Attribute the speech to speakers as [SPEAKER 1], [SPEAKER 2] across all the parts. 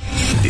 [SPEAKER 1] The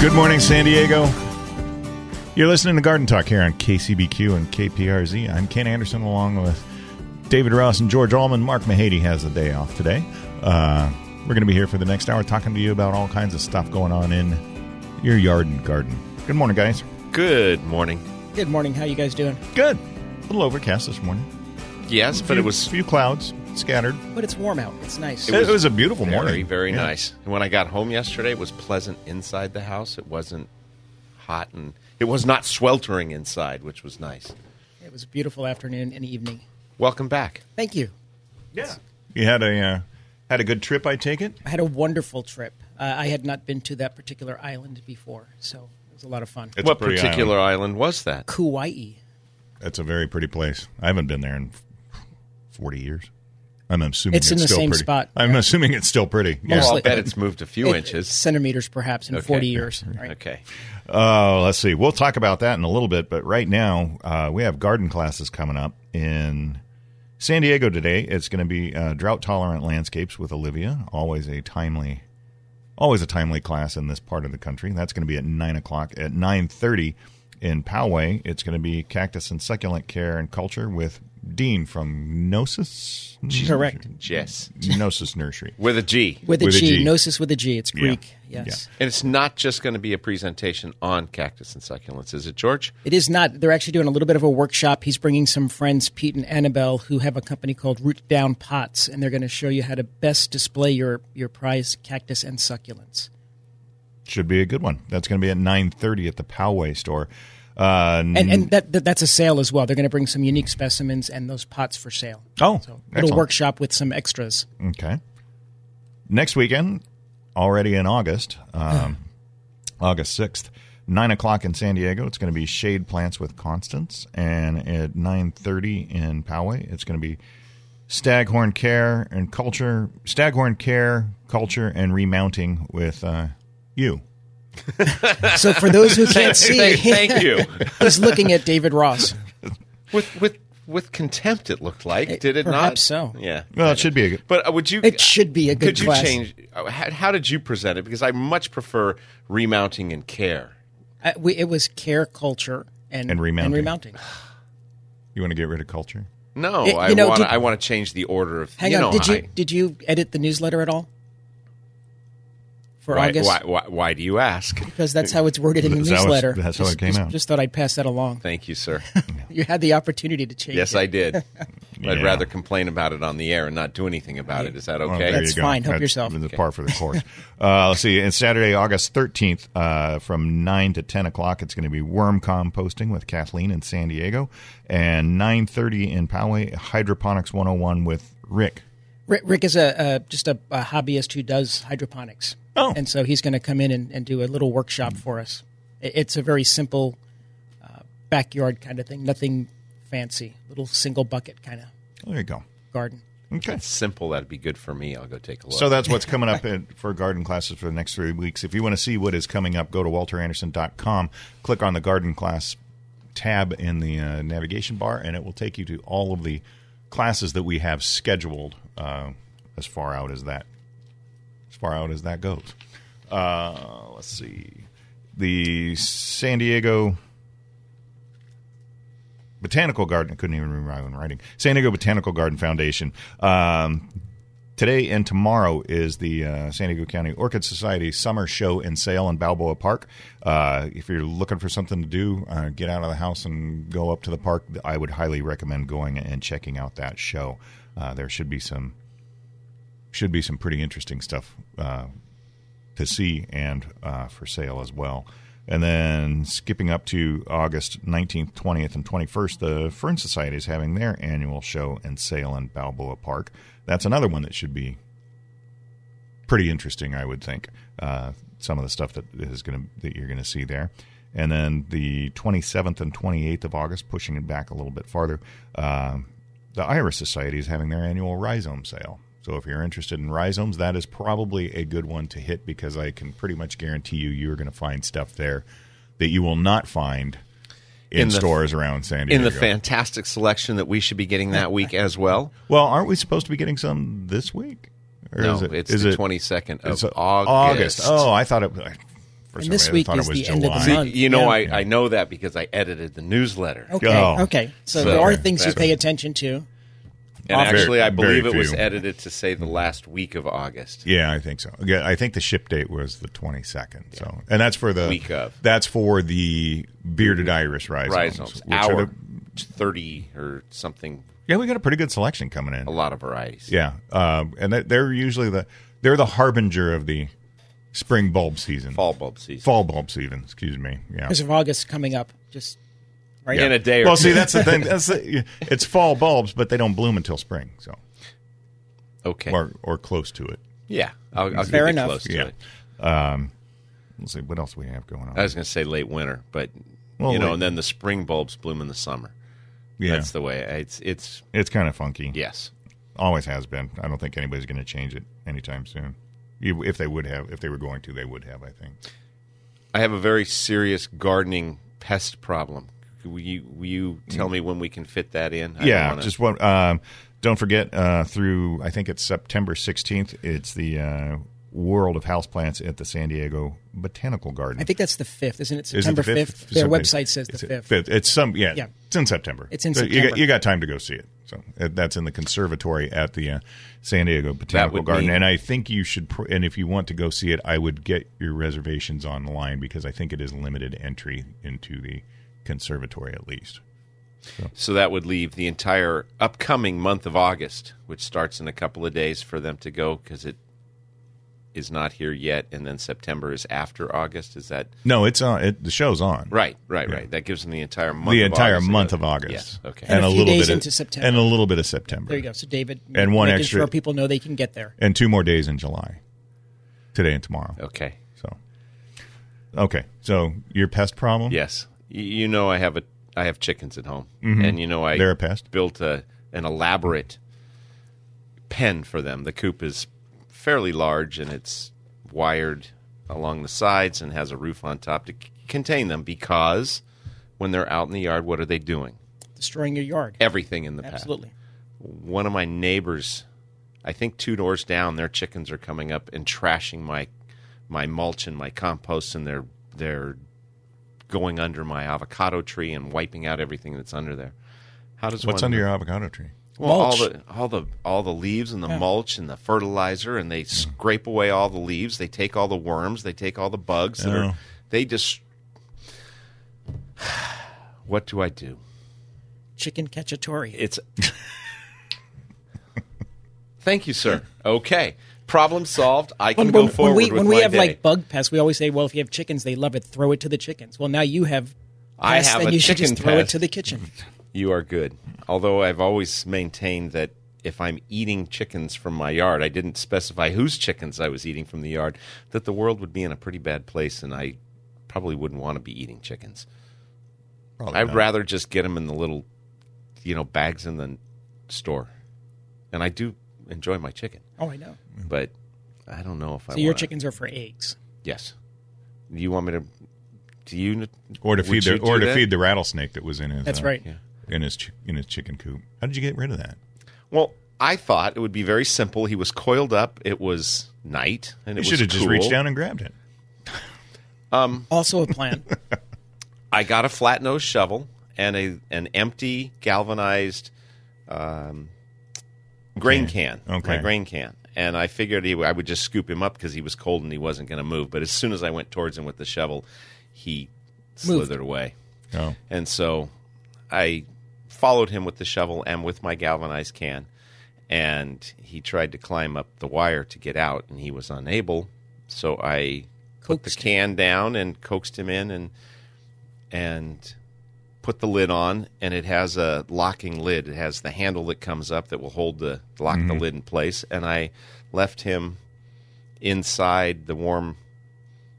[SPEAKER 2] Good morning, San Diego. You're listening to Garden Talk here on KCBQ and KPRZ. I'm Ken Anderson along with David Ross and George Allman. Mark Mahady has the day off today. Uh, we're going to be here for the next hour talking to you about all kinds of stuff going on in your yard and garden. Good morning, guys.
[SPEAKER 3] Good morning.
[SPEAKER 4] Good morning. How you guys doing?
[SPEAKER 2] Good. A little overcast this morning.
[SPEAKER 3] Yes, but
[SPEAKER 2] Few-
[SPEAKER 3] it was
[SPEAKER 2] few clouds scattered.
[SPEAKER 4] But it's warm out. It's nice.
[SPEAKER 2] It was, a beautiful
[SPEAKER 3] very,
[SPEAKER 2] morning.
[SPEAKER 3] very
[SPEAKER 2] Yeah.
[SPEAKER 3] nice. And when I got home yesterday, it was pleasant inside the house. It wasn't hot and it was not sweltering inside, which was nice.
[SPEAKER 4] It was a beautiful afternoon and evening.
[SPEAKER 3] Welcome back.
[SPEAKER 4] Thank you.
[SPEAKER 2] You had a uh, had a good trip, I take it.
[SPEAKER 4] I had a wonderful trip. Uh, I had not been to that particular island before, so it was a lot of fun.
[SPEAKER 2] It's a
[SPEAKER 3] what
[SPEAKER 2] pretty
[SPEAKER 3] particular
[SPEAKER 2] island.
[SPEAKER 3] island. was that?
[SPEAKER 4] Kauai.
[SPEAKER 2] That's a very pretty place. I haven't been there in forty years. I'm assuming
[SPEAKER 4] It's in the
[SPEAKER 2] still
[SPEAKER 4] same
[SPEAKER 2] pretty.
[SPEAKER 4] spot.
[SPEAKER 2] I'm assuming it's still pretty. Yeah.
[SPEAKER 3] Well, I'll
[SPEAKER 4] Mostly-
[SPEAKER 3] bet it's moved a few
[SPEAKER 4] It-
[SPEAKER 3] inches.
[SPEAKER 4] Centimeters, perhaps, in
[SPEAKER 3] Okay.
[SPEAKER 4] 40 years. Right?
[SPEAKER 3] Okay.
[SPEAKER 2] Uh, let's see. We'll talk about that in a little bit, but right now uh, we have garden classes coming up in San Diego today. It's going to be uh, drought tolerant landscapes with Olivia. Always a timely, always a timely class in this part of the country. That's going to be at nine o'clock. At nine thirty in Poway, it's going to be cactus and succulent care and culture with Dean from Gnosis.
[SPEAKER 4] Correct.
[SPEAKER 3] Yes.
[SPEAKER 2] Gnosis Nursery.
[SPEAKER 3] With a G.
[SPEAKER 4] With a G.
[SPEAKER 2] With a G.
[SPEAKER 4] Gnosis with a G. It's
[SPEAKER 2] Yeah.
[SPEAKER 4] Greek. Yes.
[SPEAKER 3] And it's not just going to be a presentation on cactus and succulents, is it, George?
[SPEAKER 4] It is not. They're actually doing a little bit of a workshop. He's bringing some friends, Pete and Annabelle, who have a company called Root Down Pots, and they're going to show you how to best display your, your prized cactus and succulents.
[SPEAKER 2] Should be a good one. That's going to be at nine thirty at the Poway store. Uh,
[SPEAKER 4] and and that, that that's a sale as well. They're going to bring some unique specimens and those pots for sale.
[SPEAKER 2] Oh,
[SPEAKER 4] so little
[SPEAKER 2] excellent.
[SPEAKER 4] workshop with some extras.
[SPEAKER 2] Okay. Next weekend, already in August, um, August 6th, 9 o'clock in San Diego, it's going to be Shade Plants with Constance. And at 9.30 in Poway, it's going to be Staghorn Care and Culture, Staghorn Care, Culture, and Remounting with uh, you.
[SPEAKER 4] So for those who can't see,
[SPEAKER 3] Thank, thank you.
[SPEAKER 4] he's looking at David Ross.
[SPEAKER 3] With with with contempt, it looked like. Did it not?
[SPEAKER 4] perhaps so.
[SPEAKER 3] Yeah.
[SPEAKER 2] Well, it should be a good...
[SPEAKER 3] But uh, would you?
[SPEAKER 4] It should be a good
[SPEAKER 3] Could you
[SPEAKER 4] class.
[SPEAKER 3] change? uh, How, how did you present it? Because I much prefer remounting and care.
[SPEAKER 4] I, uh, we, it was care culture and
[SPEAKER 2] And remounting.
[SPEAKER 4] And remounting.
[SPEAKER 2] You want to get rid of culture?
[SPEAKER 3] No,
[SPEAKER 4] It-
[SPEAKER 3] I
[SPEAKER 4] you know,
[SPEAKER 3] want.
[SPEAKER 4] did-
[SPEAKER 3] I want to change the order of.
[SPEAKER 4] Hang
[SPEAKER 3] you
[SPEAKER 4] on,
[SPEAKER 3] know,
[SPEAKER 4] did you
[SPEAKER 3] I-
[SPEAKER 4] did you edit the newsletter at all for
[SPEAKER 3] why,
[SPEAKER 4] August?
[SPEAKER 3] why, why, why do you ask?
[SPEAKER 4] Because that's how it's worded in the
[SPEAKER 2] That's how it's-
[SPEAKER 4] newsletter.
[SPEAKER 2] that's how
[SPEAKER 4] just,
[SPEAKER 2] it came
[SPEAKER 4] just,
[SPEAKER 2] out.
[SPEAKER 4] Just thought I'd pass that along.
[SPEAKER 3] Thank you, sir.
[SPEAKER 4] You had the opportunity to change.
[SPEAKER 3] yes,
[SPEAKER 4] it.
[SPEAKER 3] I did.
[SPEAKER 2] Yeah.
[SPEAKER 3] I'd rather complain about it on the air and not do anything about it. Is that
[SPEAKER 2] Well,
[SPEAKER 3] okay?
[SPEAKER 2] there
[SPEAKER 4] That's
[SPEAKER 2] you go.
[SPEAKER 4] fine. Help
[SPEAKER 2] That's
[SPEAKER 4] yourself.
[SPEAKER 2] The par for the course. uh, let's see. It's Saturday, August 13th, uh, from 9 to 10 o'clock. It's going to be worm composting with Kathleen in San Diego. And 9.30 in Poway, Hydroponics 101 with Rick.
[SPEAKER 4] Rick, Rick is a uh, just a, a hobbyist who does hydroponics.
[SPEAKER 2] Oh.
[SPEAKER 4] and so he's going to come in and, and do a little workshop for us. I- It's a very simple uh, backyard kind of thing, nothing fancy, little single bucket kind of
[SPEAKER 2] There you go.
[SPEAKER 4] garden.
[SPEAKER 2] Okay.
[SPEAKER 3] Simple. That'd be good for me. I'll go take a look.
[SPEAKER 2] So that's what's coming up in, for garden classes for the next three weeks. If you want to see what is coming up, go to walteranderson.com, click on the garden class tab in the uh, navigation bar, and it will take you to all of the classes that we have scheduled. Uh, as far out as that as far out as that goes. Uh, let's see. The San Diego Botanical Garden. I couldn't even remember my own writing. San Diego Botanical Garden Foundation. Um, today and tomorrow is the uh, San Diego County Orchid Society Summer Show and Sale in Balboa Park. Uh, if you're looking for something to do, uh, get out of the house and go up to the park. I would highly recommend going and checking out that show. Uh, there should be some should be some pretty interesting stuff uh, to see and uh, for sale as well. And then skipping up to August 19th, 20th, and 21st, the Fern Society is having their annual show and sale in Balboa Park. That's another one that should be pretty interesting, I would think. Uh, some of the stuff that is going to that you're going to see there, and then the 27th and 28th of August, pushing it back a little bit farther. um the Iris Society is having their annual rhizome sale. So if you're interested in rhizomes, that is probably a good one to hit because I can pretty much guarantee you you're going to find stuff there that you will not find in,
[SPEAKER 3] In the-
[SPEAKER 2] stores around San Diego.
[SPEAKER 3] in the fantastic selection that we should be getting that week as well.
[SPEAKER 2] Well, aren't we supposed to be getting some this week? Or
[SPEAKER 3] no,
[SPEAKER 2] is it-
[SPEAKER 3] it's
[SPEAKER 2] is
[SPEAKER 3] the
[SPEAKER 2] it-
[SPEAKER 3] twenty second of
[SPEAKER 2] it's a-
[SPEAKER 3] August.
[SPEAKER 2] Oh, I thought it. I- For
[SPEAKER 4] And
[SPEAKER 2] some
[SPEAKER 4] this
[SPEAKER 2] reason,
[SPEAKER 4] week
[SPEAKER 2] I thought it
[SPEAKER 4] is
[SPEAKER 2] was
[SPEAKER 4] the
[SPEAKER 2] July.
[SPEAKER 4] end of the
[SPEAKER 3] See,
[SPEAKER 4] month.
[SPEAKER 3] you know,
[SPEAKER 4] Yeah.
[SPEAKER 3] I, I know that because I edited the newsletter.
[SPEAKER 4] Okay.
[SPEAKER 2] Oh.
[SPEAKER 4] Okay. So,
[SPEAKER 3] So-
[SPEAKER 4] there are things you
[SPEAKER 3] That's-
[SPEAKER 4] pay attention to.
[SPEAKER 3] And
[SPEAKER 2] Very-
[SPEAKER 3] actually, I
[SPEAKER 2] very
[SPEAKER 3] believe it was
[SPEAKER 2] few.
[SPEAKER 3] edited to say the last week of August.
[SPEAKER 2] Yeah, I think so. Yeah, I think the ship date was the twenty second. So, and that's for the
[SPEAKER 3] Week of.
[SPEAKER 2] That's for the bearded iris rhizomes.
[SPEAKER 3] Rhizomes,
[SPEAKER 2] which are
[SPEAKER 3] hour
[SPEAKER 2] the-
[SPEAKER 3] thirty or something.
[SPEAKER 2] yeah, we got a pretty good selection coming in.
[SPEAKER 3] A lot of varieties.
[SPEAKER 2] Yeah, um, and that- they're usually the they're the harbinger of the spring bulb season,
[SPEAKER 3] fall bulb season.
[SPEAKER 2] fall bulb season. Excuse me. Yeah.
[SPEAKER 4] Because of August coming up, just right
[SPEAKER 3] Yeah.
[SPEAKER 4] now.
[SPEAKER 3] In a day or
[SPEAKER 2] well,
[SPEAKER 3] two.
[SPEAKER 2] see, that's the thing. That's the, it's fall bulbs, but they don't bloom until spring. So,
[SPEAKER 3] Okay.
[SPEAKER 2] or or close to it.
[SPEAKER 3] yeah, I'll, I'll
[SPEAKER 4] Fair
[SPEAKER 3] get
[SPEAKER 4] enough.
[SPEAKER 3] close to
[SPEAKER 2] Yeah.
[SPEAKER 3] it.
[SPEAKER 2] Um, let's see what else we have going on.
[SPEAKER 3] I was going to say late winter, but
[SPEAKER 2] Well,
[SPEAKER 3] you know,
[SPEAKER 2] late-
[SPEAKER 3] and then the spring bulbs bloom in the summer.
[SPEAKER 2] yeah,
[SPEAKER 3] That's the way. It's it's
[SPEAKER 2] it's kind of funky.
[SPEAKER 3] yes.
[SPEAKER 2] always has been. I don't think anybody's going to change it anytime soon. You- If they would have, if they were going to, they would have. I think.
[SPEAKER 3] I have a very serious gardening pest problem. Will you, will you tell me when we can fit that in? I
[SPEAKER 2] Mm. yeah,
[SPEAKER 3] don't wanna-
[SPEAKER 2] just one. Um, don't forget uh, through I think it's September sixteenth. It's the uh, World of Houseplants at the San Diego Botanical Garden.
[SPEAKER 4] I think that's the 5th, isn't it?
[SPEAKER 2] Is it
[SPEAKER 4] September
[SPEAKER 2] the
[SPEAKER 4] 5th.
[SPEAKER 2] fifth?
[SPEAKER 4] Their
[SPEAKER 2] Something.
[SPEAKER 4] website says the
[SPEAKER 2] It's
[SPEAKER 4] 5th.
[SPEAKER 2] It's some yeah,
[SPEAKER 4] Yeah.
[SPEAKER 2] It's in September.
[SPEAKER 4] It's in
[SPEAKER 2] So You got,
[SPEAKER 4] September.
[SPEAKER 2] you got time to go see it. So uh, that's in the conservatory at the uh, San Diego Botanical
[SPEAKER 3] would
[SPEAKER 2] Garden,
[SPEAKER 3] mean-
[SPEAKER 2] and I think you should. Pr- and if you want to go see it, I would get your reservations online because I think it is limited entry into the conservatory at least.
[SPEAKER 3] so that would leave the entire upcoming month of August, which starts in a couple of days, for them to go because it is not here yet, and then September is after August. Is that
[SPEAKER 2] No, it's on. It, the show's on.
[SPEAKER 3] right? Right? Right? That gives them the entire month.
[SPEAKER 2] The
[SPEAKER 3] of
[SPEAKER 2] entire
[SPEAKER 3] August to
[SPEAKER 2] month
[SPEAKER 3] go.
[SPEAKER 2] of August.
[SPEAKER 3] Yes. Okay.
[SPEAKER 4] And a few days
[SPEAKER 2] bit
[SPEAKER 4] into
[SPEAKER 2] of,
[SPEAKER 4] September.
[SPEAKER 2] And a little bit of September.
[SPEAKER 4] There you go. So David,
[SPEAKER 2] And one
[SPEAKER 4] making
[SPEAKER 2] extra-
[SPEAKER 4] sure people know they can get there.
[SPEAKER 2] And two more days in July. Today and tomorrow.
[SPEAKER 3] okay.
[SPEAKER 2] So. Okay. So your pest problem.
[SPEAKER 3] Yes. Y- You know, I have a I have chickens at home, and you know, I
[SPEAKER 2] Mm-hmm. They're a pest.
[SPEAKER 3] built a an elaborate pen for them. The coop is fairly large and it's wired along the sides and has a roof on top to c- contain them because when they're out in the yard, what are they doing?
[SPEAKER 4] Destroying your yard.
[SPEAKER 3] Everything in the path.
[SPEAKER 4] Absolutely.
[SPEAKER 3] One of my neighbors, I think two doors down, their chickens are coming up and trashing my my mulch and my compost and they're they're going under my avocado tree and wiping out everything that's under there. How does
[SPEAKER 2] What's
[SPEAKER 3] one
[SPEAKER 2] under your avocado tree?
[SPEAKER 3] well, all
[SPEAKER 4] Mulch.
[SPEAKER 3] the all the all the leaves and the mulch and the fertilizer, and they scrape away all the leaves. They take all the worms. They take all the bugs that
[SPEAKER 2] Oh.
[SPEAKER 3] are. They just. What do I do?
[SPEAKER 4] Chicken cacciatore.
[SPEAKER 3] It's. Thank you, sir. Okay, problem solved. I can
[SPEAKER 4] When,
[SPEAKER 3] go
[SPEAKER 4] when- when
[SPEAKER 3] forward
[SPEAKER 4] we,
[SPEAKER 3] with
[SPEAKER 4] when we
[SPEAKER 3] my
[SPEAKER 4] have
[SPEAKER 3] day.
[SPEAKER 4] like bug pests, we always say, well, if you have chickens, they love it. Throw it to the chickens. Well, now you have
[SPEAKER 3] I
[SPEAKER 4] pests,
[SPEAKER 3] have
[SPEAKER 4] and
[SPEAKER 3] a
[SPEAKER 4] you should
[SPEAKER 3] chicken
[SPEAKER 4] just throw it
[SPEAKER 3] pest.
[SPEAKER 4] to the kitchen.
[SPEAKER 3] You are good. Although I've always maintained that if I'm eating chickens from my yard, I didn't specify whose chickens I was eating from the yard, that the world would be in a pretty bad place and I probably wouldn't want to be eating chickens.
[SPEAKER 2] Probably
[SPEAKER 3] I'd
[SPEAKER 2] not.
[SPEAKER 3] rather just get them in the little, you know, bags in the store. And I do enjoy my chicken,
[SPEAKER 4] Oh, I know.
[SPEAKER 3] but I don't know if I
[SPEAKER 4] So your
[SPEAKER 3] wanna-
[SPEAKER 4] chickens are for eggs.
[SPEAKER 3] Yes. Do you want me to? Do you?
[SPEAKER 2] or to
[SPEAKER 3] would
[SPEAKER 2] feed the
[SPEAKER 3] you
[SPEAKER 2] or
[SPEAKER 3] do
[SPEAKER 2] to
[SPEAKER 3] that?
[SPEAKER 2] feed the rattlesnake that was in his.
[SPEAKER 4] That's
[SPEAKER 2] uh,
[SPEAKER 4] right.
[SPEAKER 2] In his chi- in his chicken coop. How did you get rid of that?
[SPEAKER 3] Well, I thought it would be very simple. He was coiled up. It was night, and
[SPEAKER 2] You
[SPEAKER 3] it
[SPEAKER 2] should
[SPEAKER 3] was
[SPEAKER 2] have just
[SPEAKER 3] cool.
[SPEAKER 2] reached down and grabbed it.
[SPEAKER 4] Also a plan.
[SPEAKER 3] I got a flat nose shovel and a an empty galvanized um, grain can.
[SPEAKER 2] Okay.
[SPEAKER 3] My grain can. And I figured he, I would just scoop him up because he was cold and he wasn't going to move. But as soon as I went towards him with the shovel, he slithered away.
[SPEAKER 2] Oh.
[SPEAKER 3] And so I followed him with the shovel and with my galvanized can. And he tried to climb up the wire to get out, and he was unable. So I put the
[SPEAKER 4] Coaxed him.
[SPEAKER 3] can down and coaxed him in and and put the lid on and it has a locking lid it has the handle that comes up that will hold the lock the
[SPEAKER 4] Mm-hmm.
[SPEAKER 3] lid in place and i left him inside the warm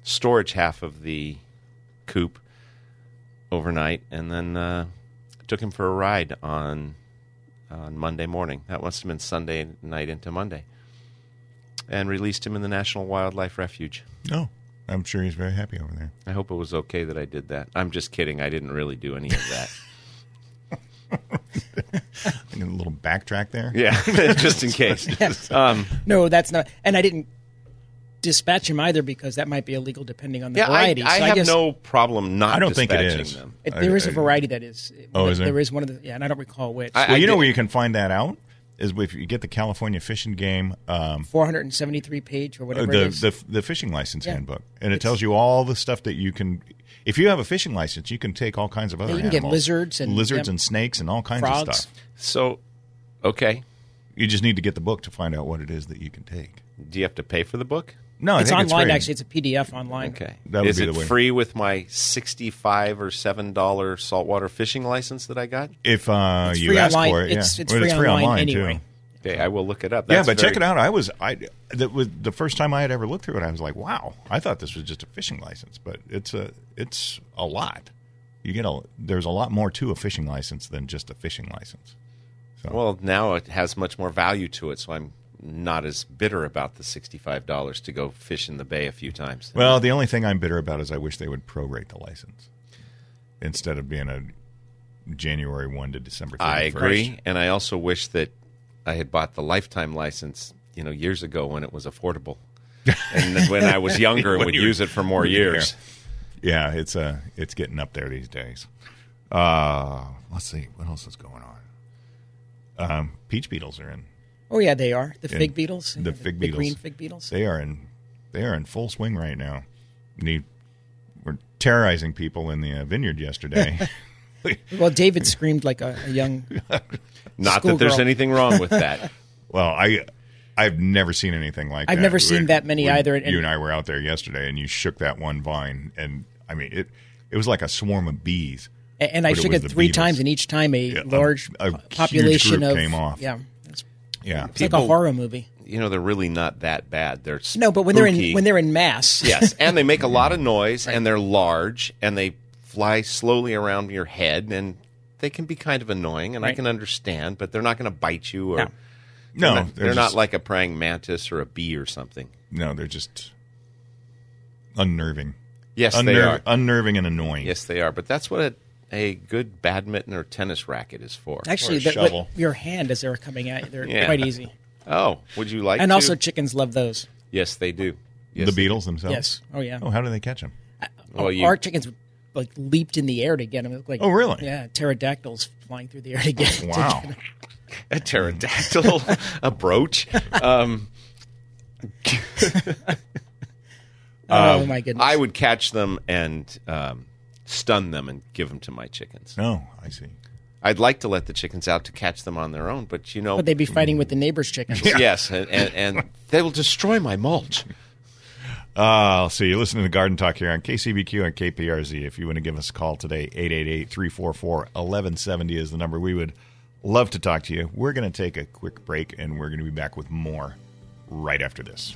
[SPEAKER 3] storage half of the coop overnight and then uh, took him for a ride on on monday morning that must have been sunday night into monday and released him in the national wildlife refuge
[SPEAKER 2] No. I'm sure he's very happy over there.
[SPEAKER 3] I hope it was okay that I did that. I'm just kidding. I didn't really do any of that.
[SPEAKER 2] I did a little backtrack there.
[SPEAKER 3] yeah, just in case. Um,
[SPEAKER 4] no, that's not. And I didn't dispatch him either because that might be illegal depending on the
[SPEAKER 3] yeah, I,
[SPEAKER 4] variety.
[SPEAKER 3] I
[SPEAKER 4] so
[SPEAKER 3] have
[SPEAKER 4] guess
[SPEAKER 3] no problem not.
[SPEAKER 2] I don't think it
[SPEAKER 3] dispatching
[SPEAKER 2] is.
[SPEAKER 3] Them.
[SPEAKER 4] it-
[SPEAKER 2] I-
[SPEAKER 4] there is a
[SPEAKER 2] I-
[SPEAKER 4] variety that is.
[SPEAKER 2] Oh, is there?
[SPEAKER 4] There is one of the. Yeah, and I don't recall which.
[SPEAKER 3] I-
[SPEAKER 2] Well, you know
[SPEAKER 3] did-
[SPEAKER 2] where you can find that out is if you get the California Fishing Game, um,
[SPEAKER 4] 473 page or
[SPEAKER 2] uh,
[SPEAKER 4] whatever it is.
[SPEAKER 2] the, the the fishing license
[SPEAKER 4] Yeah.
[SPEAKER 2] handbook, and it
[SPEAKER 4] It's-
[SPEAKER 2] tells you all the stuff that you can. If you have a fishing license, you can take all kinds of other.
[SPEAKER 4] you can get
[SPEAKER 2] animals.
[SPEAKER 4] lizards and-
[SPEAKER 2] lizards
[SPEAKER 4] yeah.
[SPEAKER 2] and snakes and all kinds of
[SPEAKER 4] Frogs.
[SPEAKER 2] stuff.
[SPEAKER 3] So, okay.
[SPEAKER 2] You just need to get the book to find out what it is that you can take.
[SPEAKER 3] Do you have to pay for the book?
[SPEAKER 2] No, I
[SPEAKER 4] it's
[SPEAKER 2] think
[SPEAKER 4] online,
[SPEAKER 2] free.
[SPEAKER 4] actually. It's a PDF online.
[SPEAKER 3] Okay.
[SPEAKER 2] That would
[SPEAKER 3] is
[SPEAKER 2] be
[SPEAKER 3] it
[SPEAKER 2] the way.
[SPEAKER 3] free with my sixty-five or seven dollar saltwater fishing license that I got?
[SPEAKER 2] If uh,
[SPEAKER 4] It's
[SPEAKER 2] you
[SPEAKER 4] free
[SPEAKER 2] ask
[SPEAKER 4] online.
[SPEAKER 2] for it, yeah.
[SPEAKER 4] It's- it's
[SPEAKER 2] Well,
[SPEAKER 4] free online
[SPEAKER 2] too.
[SPEAKER 4] anyway.
[SPEAKER 3] Okay, I will look it up.
[SPEAKER 2] yeah, but check it out. I was I that was the first time I had ever looked through it. I was like, wow, I thought this was just a fishing license, but it's a it's a lot. You get a there's a lot more to a fishing license than just a fishing license.
[SPEAKER 3] Well, now it has much more value to it, so I'm not as bitter about the sixty-five dollars to go fish in the bay a few times.
[SPEAKER 2] Well, the only thing I'm bitter about is I wish they would prorate the license instead of being a January one to December. 31st.
[SPEAKER 3] I agree, and I also wish that I had bought the lifetime license, you know, years ago when it was affordable, and then when I was younger, and
[SPEAKER 2] When
[SPEAKER 3] would
[SPEAKER 2] you were-
[SPEAKER 3] use it for more
[SPEAKER 2] when you were
[SPEAKER 3] years.
[SPEAKER 2] Yeah, it's uh, it's getting up there these days. Uh, let's see what else is going on. Um, peach beetles are in.
[SPEAKER 4] Oh yeah, they are the
[SPEAKER 2] Yeah.
[SPEAKER 4] fig beetles.
[SPEAKER 2] The fig beetles.
[SPEAKER 4] green fig beetles.
[SPEAKER 2] They are in they are in full swing right now. We were terrorizing people in the uh, vineyard yesterday.
[SPEAKER 4] Well, David screamed like a, a young.
[SPEAKER 3] Not that there's
[SPEAKER 4] Schoolgirl.
[SPEAKER 3] anything wrong with that.
[SPEAKER 2] well, I I've never seen anything like that.
[SPEAKER 4] I've never seen
[SPEAKER 2] We-
[SPEAKER 4] that many
[SPEAKER 2] we-
[SPEAKER 4] either, and-
[SPEAKER 2] you and I were out there yesterday, and you shook that one vine, and I mean it. It was like a swarm of bees.
[SPEAKER 4] a- And I
[SPEAKER 2] But it
[SPEAKER 4] shook
[SPEAKER 2] was
[SPEAKER 4] it
[SPEAKER 2] the
[SPEAKER 4] three
[SPEAKER 2] Beatles.
[SPEAKER 4] times, and each time a
[SPEAKER 2] a-
[SPEAKER 4] large
[SPEAKER 2] a
[SPEAKER 4] po-
[SPEAKER 2] huge
[SPEAKER 4] population
[SPEAKER 2] group
[SPEAKER 4] of
[SPEAKER 2] came off.
[SPEAKER 4] Yeah, it's,
[SPEAKER 2] Yeah,
[SPEAKER 4] it's like a horror movie.
[SPEAKER 3] You know, they're really not that bad. They're
[SPEAKER 4] No, but when they're in
[SPEAKER 3] spooky.
[SPEAKER 4] when they're in mass,
[SPEAKER 3] yes, and they make a lot of noise, and they're large, and they fly slowly around your head, and they can be kind of annoying, and I
[SPEAKER 4] Right.
[SPEAKER 3] can understand, but they're not going to bite you or.
[SPEAKER 2] no,
[SPEAKER 4] No.
[SPEAKER 3] they're, not, they're
[SPEAKER 2] just-
[SPEAKER 3] not like a praying mantis or a bee or something.
[SPEAKER 2] no, they're just unnerving.
[SPEAKER 3] Yes,
[SPEAKER 2] Unnerv-
[SPEAKER 3] they are.
[SPEAKER 2] unnerving and annoying.
[SPEAKER 3] Yes, they are. But that's what a, a good badminton or tennis racket is for.
[SPEAKER 2] Or
[SPEAKER 4] actually,
[SPEAKER 2] a
[SPEAKER 4] that- what-
[SPEAKER 2] shovel.
[SPEAKER 4] your hand as they're coming at you, they're
[SPEAKER 3] Yeah.
[SPEAKER 4] quite easy.
[SPEAKER 3] Oh, would you like?
[SPEAKER 4] And
[SPEAKER 3] to?
[SPEAKER 4] also, chickens love those.
[SPEAKER 3] yes, they do. Yes,
[SPEAKER 2] the
[SPEAKER 3] they-
[SPEAKER 2] beetles themselves.
[SPEAKER 4] Yes. Oh yeah.
[SPEAKER 2] Oh, how do they catch them?
[SPEAKER 3] Well, you,
[SPEAKER 4] Our chickens like leaped in the air to get them. It looked Like
[SPEAKER 2] Oh, really?
[SPEAKER 4] Yeah, pterodactyls flying through the air to get. to
[SPEAKER 2] Wow.
[SPEAKER 3] a pterodactyl, a brooch. Um,
[SPEAKER 4] get- oh my goodness.
[SPEAKER 3] Uh, I would catch them and um, stun them and give them to my chickens.
[SPEAKER 2] No, I see.
[SPEAKER 3] I'd like to let the chickens out to catch them on their own, but you know,
[SPEAKER 4] but they'd be fighting with the neighbor's chickens.
[SPEAKER 3] yes, and, and, and they will destroy my mulch.
[SPEAKER 2] Uh, I'll see. You're listening to Garden Talk here on KCBQ and KPRZ. If you want to give us a call today, 888 344 1170 is the number. We would love to talk to you. We're going to take a quick break and we're going to be back with more right after this.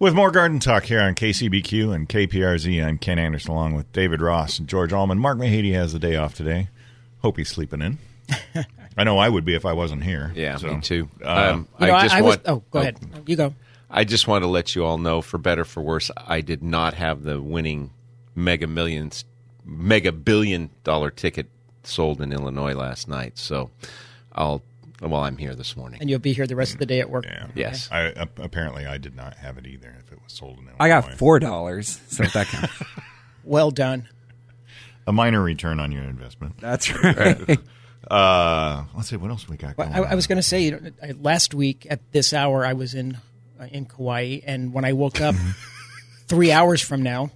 [SPEAKER 2] with more garden talk here on KCBQ and KPRZ. I'm Ken Anderson along with David Ross and George Allman. Mark Mahady has the day off today. Hope he's sleeping in. I know I would be if I wasn't here.
[SPEAKER 3] Yeah,
[SPEAKER 2] so,
[SPEAKER 3] me too.
[SPEAKER 2] uh,
[SPEAKER 3] um,
[SPEAKER 4] You know,
[SPEAKER 3] I just want.
[SPEAKER 4] was, oh, go ahead. You go.
[SPEAKER 3] I just want to let you all know, for better for worse, I did not have the winning mega millions, mega billion dollar ticket sold in Illinois last night. So, I'll. Well, I'm here this morning.
[SPEAKER 4] And you'll be here the rest of the day at work.
[SPEAKER 2] yeah.
[SPEAKER 3] Yes.
[SPEAKER 2] I, ap- apparently, I did not have it either. If it was sold in Illinois,
[SPEAKER 5] I got four dollars, so if that counts.
[SPEAKER 4] Well done.
[SPEAKER 2] a minor return on your investment.
[SPEAKER 5] That's right.
[SPEAKER 2] Uh, let's see what else we got.
[SPEAKER 4] Well,
[SPEAKER 2] going
[SPEAKER 4] I, I was
[SPEAKER 2] on.
[SPEAKER 4] going to say, you know, I, last week at this hour, I was in uh, in Kauai, and when I woke up three hours from now,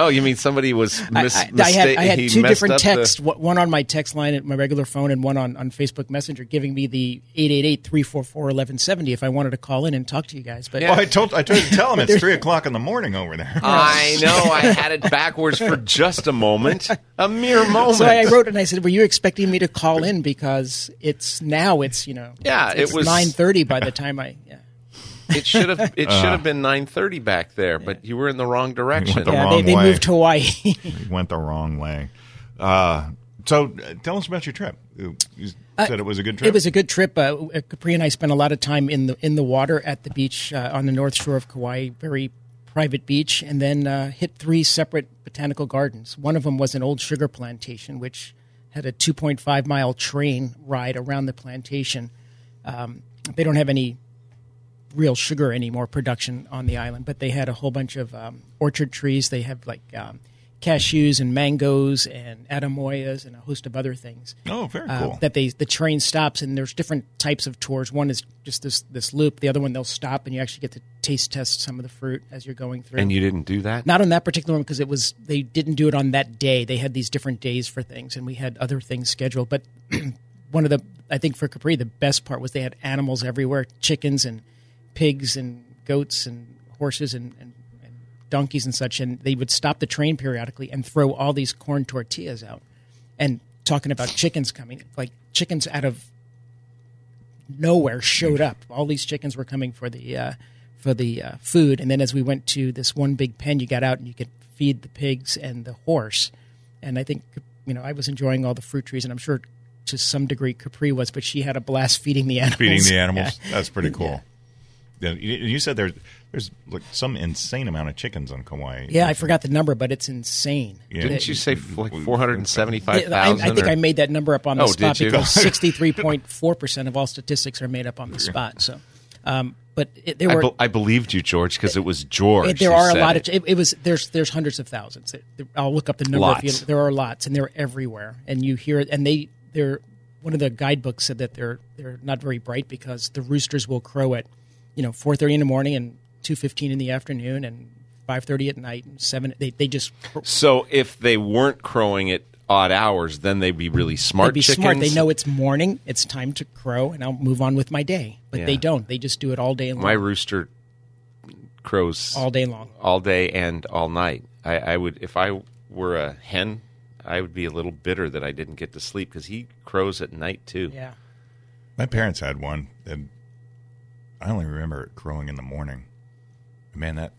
[SPEAKER 3] Oh, you mean somebody was
[SPEAKER 4] I-
[SPEAKER 3] mis-
[SPEAKER 4] I, I had, I
[SPEAKER 3] mistake- he
[SPEAKER 4] had two
[SPEAKER 3] messed
[SPEAKER 4] different
[SPEAKER 3] up the-
[SPEAKER 4] texts, one- one on my text line at my regular phone and one on, on Facebook Messenger, giving me the 888-344-1170 if I wanted to call in and talk to you guys. But
[SPEAKER 2] Well, I told I told tell him it's three o'clock in the morning over there.
[SPEAKER 4] Uh,
[SPEAKER 3] I know. I had it backwards for just a moment, a mere moment.
[SPEAKER 4] so I wrote and I said, "Were you expecting me to call in because it's now it's you know
[SPEAKER 3] Yeah,
[SPEAKER 4] it's,
[SPEAKER 3] it was-
[SPEAKER 4] nine thirty by the time I yeah
[SPEAKER 3] It should have. It should have been nine thirty back there, but you were in the wrong direction.
[SPEAKER 2] the
[SPEAKER 4] yeah
[SPEAKER 2] wrong
[SPEAKER 4] they, they
[SPEAKER 2] way.
[SPEAKER 4] moved to Hawaii."
[SPEAKER 2] It went the wrong way. Uh, so uh, tell us about your trip. You you said it was a good trip.
[SPEAKER 4] Uh, It was a good trip. Uh, Capri and I spent a lot of time in the in the water at the beach uh, on the north shore of Kauai, very private beach, and then uh, hit three separate botanical gardens. One of them was an old sugar plantation, which had a 2.5 mile train ride around the plantation. Um, they don't have any real sugar anymore production on the island, but they had a whole bunch of um, orchard trees. They have like um, cashews and mangoes and adamoyas and a host of other things
[SPEAKER 2] oh, very
[SPEAKER 4] uh,
[SPEAKER 2] cool.
[SPEAKER 4] that they the train stops and there's different types of tours. One is just this this loop. The other one they'll stop and you actually get to taste test some of the fruit as you're going through.
[SPEAKER 3] and you didn't do that.
[SPEAKER 4] not on that particular one because it was they didn't do it on that day. They had these different days for things, and we had other things scheduled. But one of the I think for Capri the best part was they had animals everywhere: chickens and pigs and goats and horses and, and, and donkeys and such. And they would stop the train periodically and throw all these corn tortillas out. And talking about chickens coming, like chickens out of nowhere showed up. All these chickens were coming for the uh, for the uh, food, and then as we went to this one big pen, you got out and you could feed the pigs and the horse. And I think you know I was enjoying all the fruit trees, and I'm sure to some degree Capri was, but she had a blast feeding the animals.
[SPEAKER 2] Feeding the
[SPEAKER 4] Yeah.
[SPEAKER 2] animals. That's pretty cool. Yeah. you- you said there's there's like some insane amount of chickens on Kauai.
[SPEAKER 4] Yeah, I forgot the number, but it's insane.
[SPEAKER 2] Yeah.
[SPEAKER 3] Didn't you say f- like four hundred and seventy-five
[SPEAKER 4] I, I
[SPEAKER 3] thousand?
[SPEAKER 4] think I made that number up on the
[SPEAKER 3] Oh,
[SPEAKER 4] spot
[SPEAKER 3] did you?
[SPEAKER 4] because sixty-three point four percent of all statistics are made up on the spot. So, um, but it, there
[SPEAKER 3] I,
[SPEAKER 4] were
[SPEAKER 3] be- I believed you, George, because it was George.
[SPEAKER 4] It- there
[SPEAKER 3] who
[SPEAKER 4] are a
[SPEAKER 3] said
[SPEAKER 4] lot
[SPEAKER 3] it.
[SPEAKER 4] of it, it was there's there's hundreds of thousands. It- there- I'll look up the number.
[SPEAKER 3] Lots.
[SPEAKER 4] If you, there are lots, and they're everywhere. And you hear and they they're one of the guidebooks said that they're they're not very bright because the roosters will crow at you know four thirty in the morning and two fifteen in the afternoon and five thirty at night and seven. They they just cr-
[SPEAKER 3] So if they weren't crowing at odd hours, then they'd be really smart.
[SPEAKER 4] they'd be
[SPEAKER 3] chickens.
[SPEAKER 4] smart. They know it's morning. It's time to crow, and I'll move on with my day. But they
[SPEAKER 3] Yeah.
[SPEAKER 4] don't. They just do it all day long.
[SPEAKER 3] My rooster crows
[SPEAKER 4] all day long.
[SPEAKER 3] all day and all night. I, I would, if I were a hen, I would be a little bitter that I didn't get to sleep because he crows at night too.
[SPEAKER 4] Yeah.
[SPEAKER 2] My parents had one, and I only remember it crowing in the morning. Man, that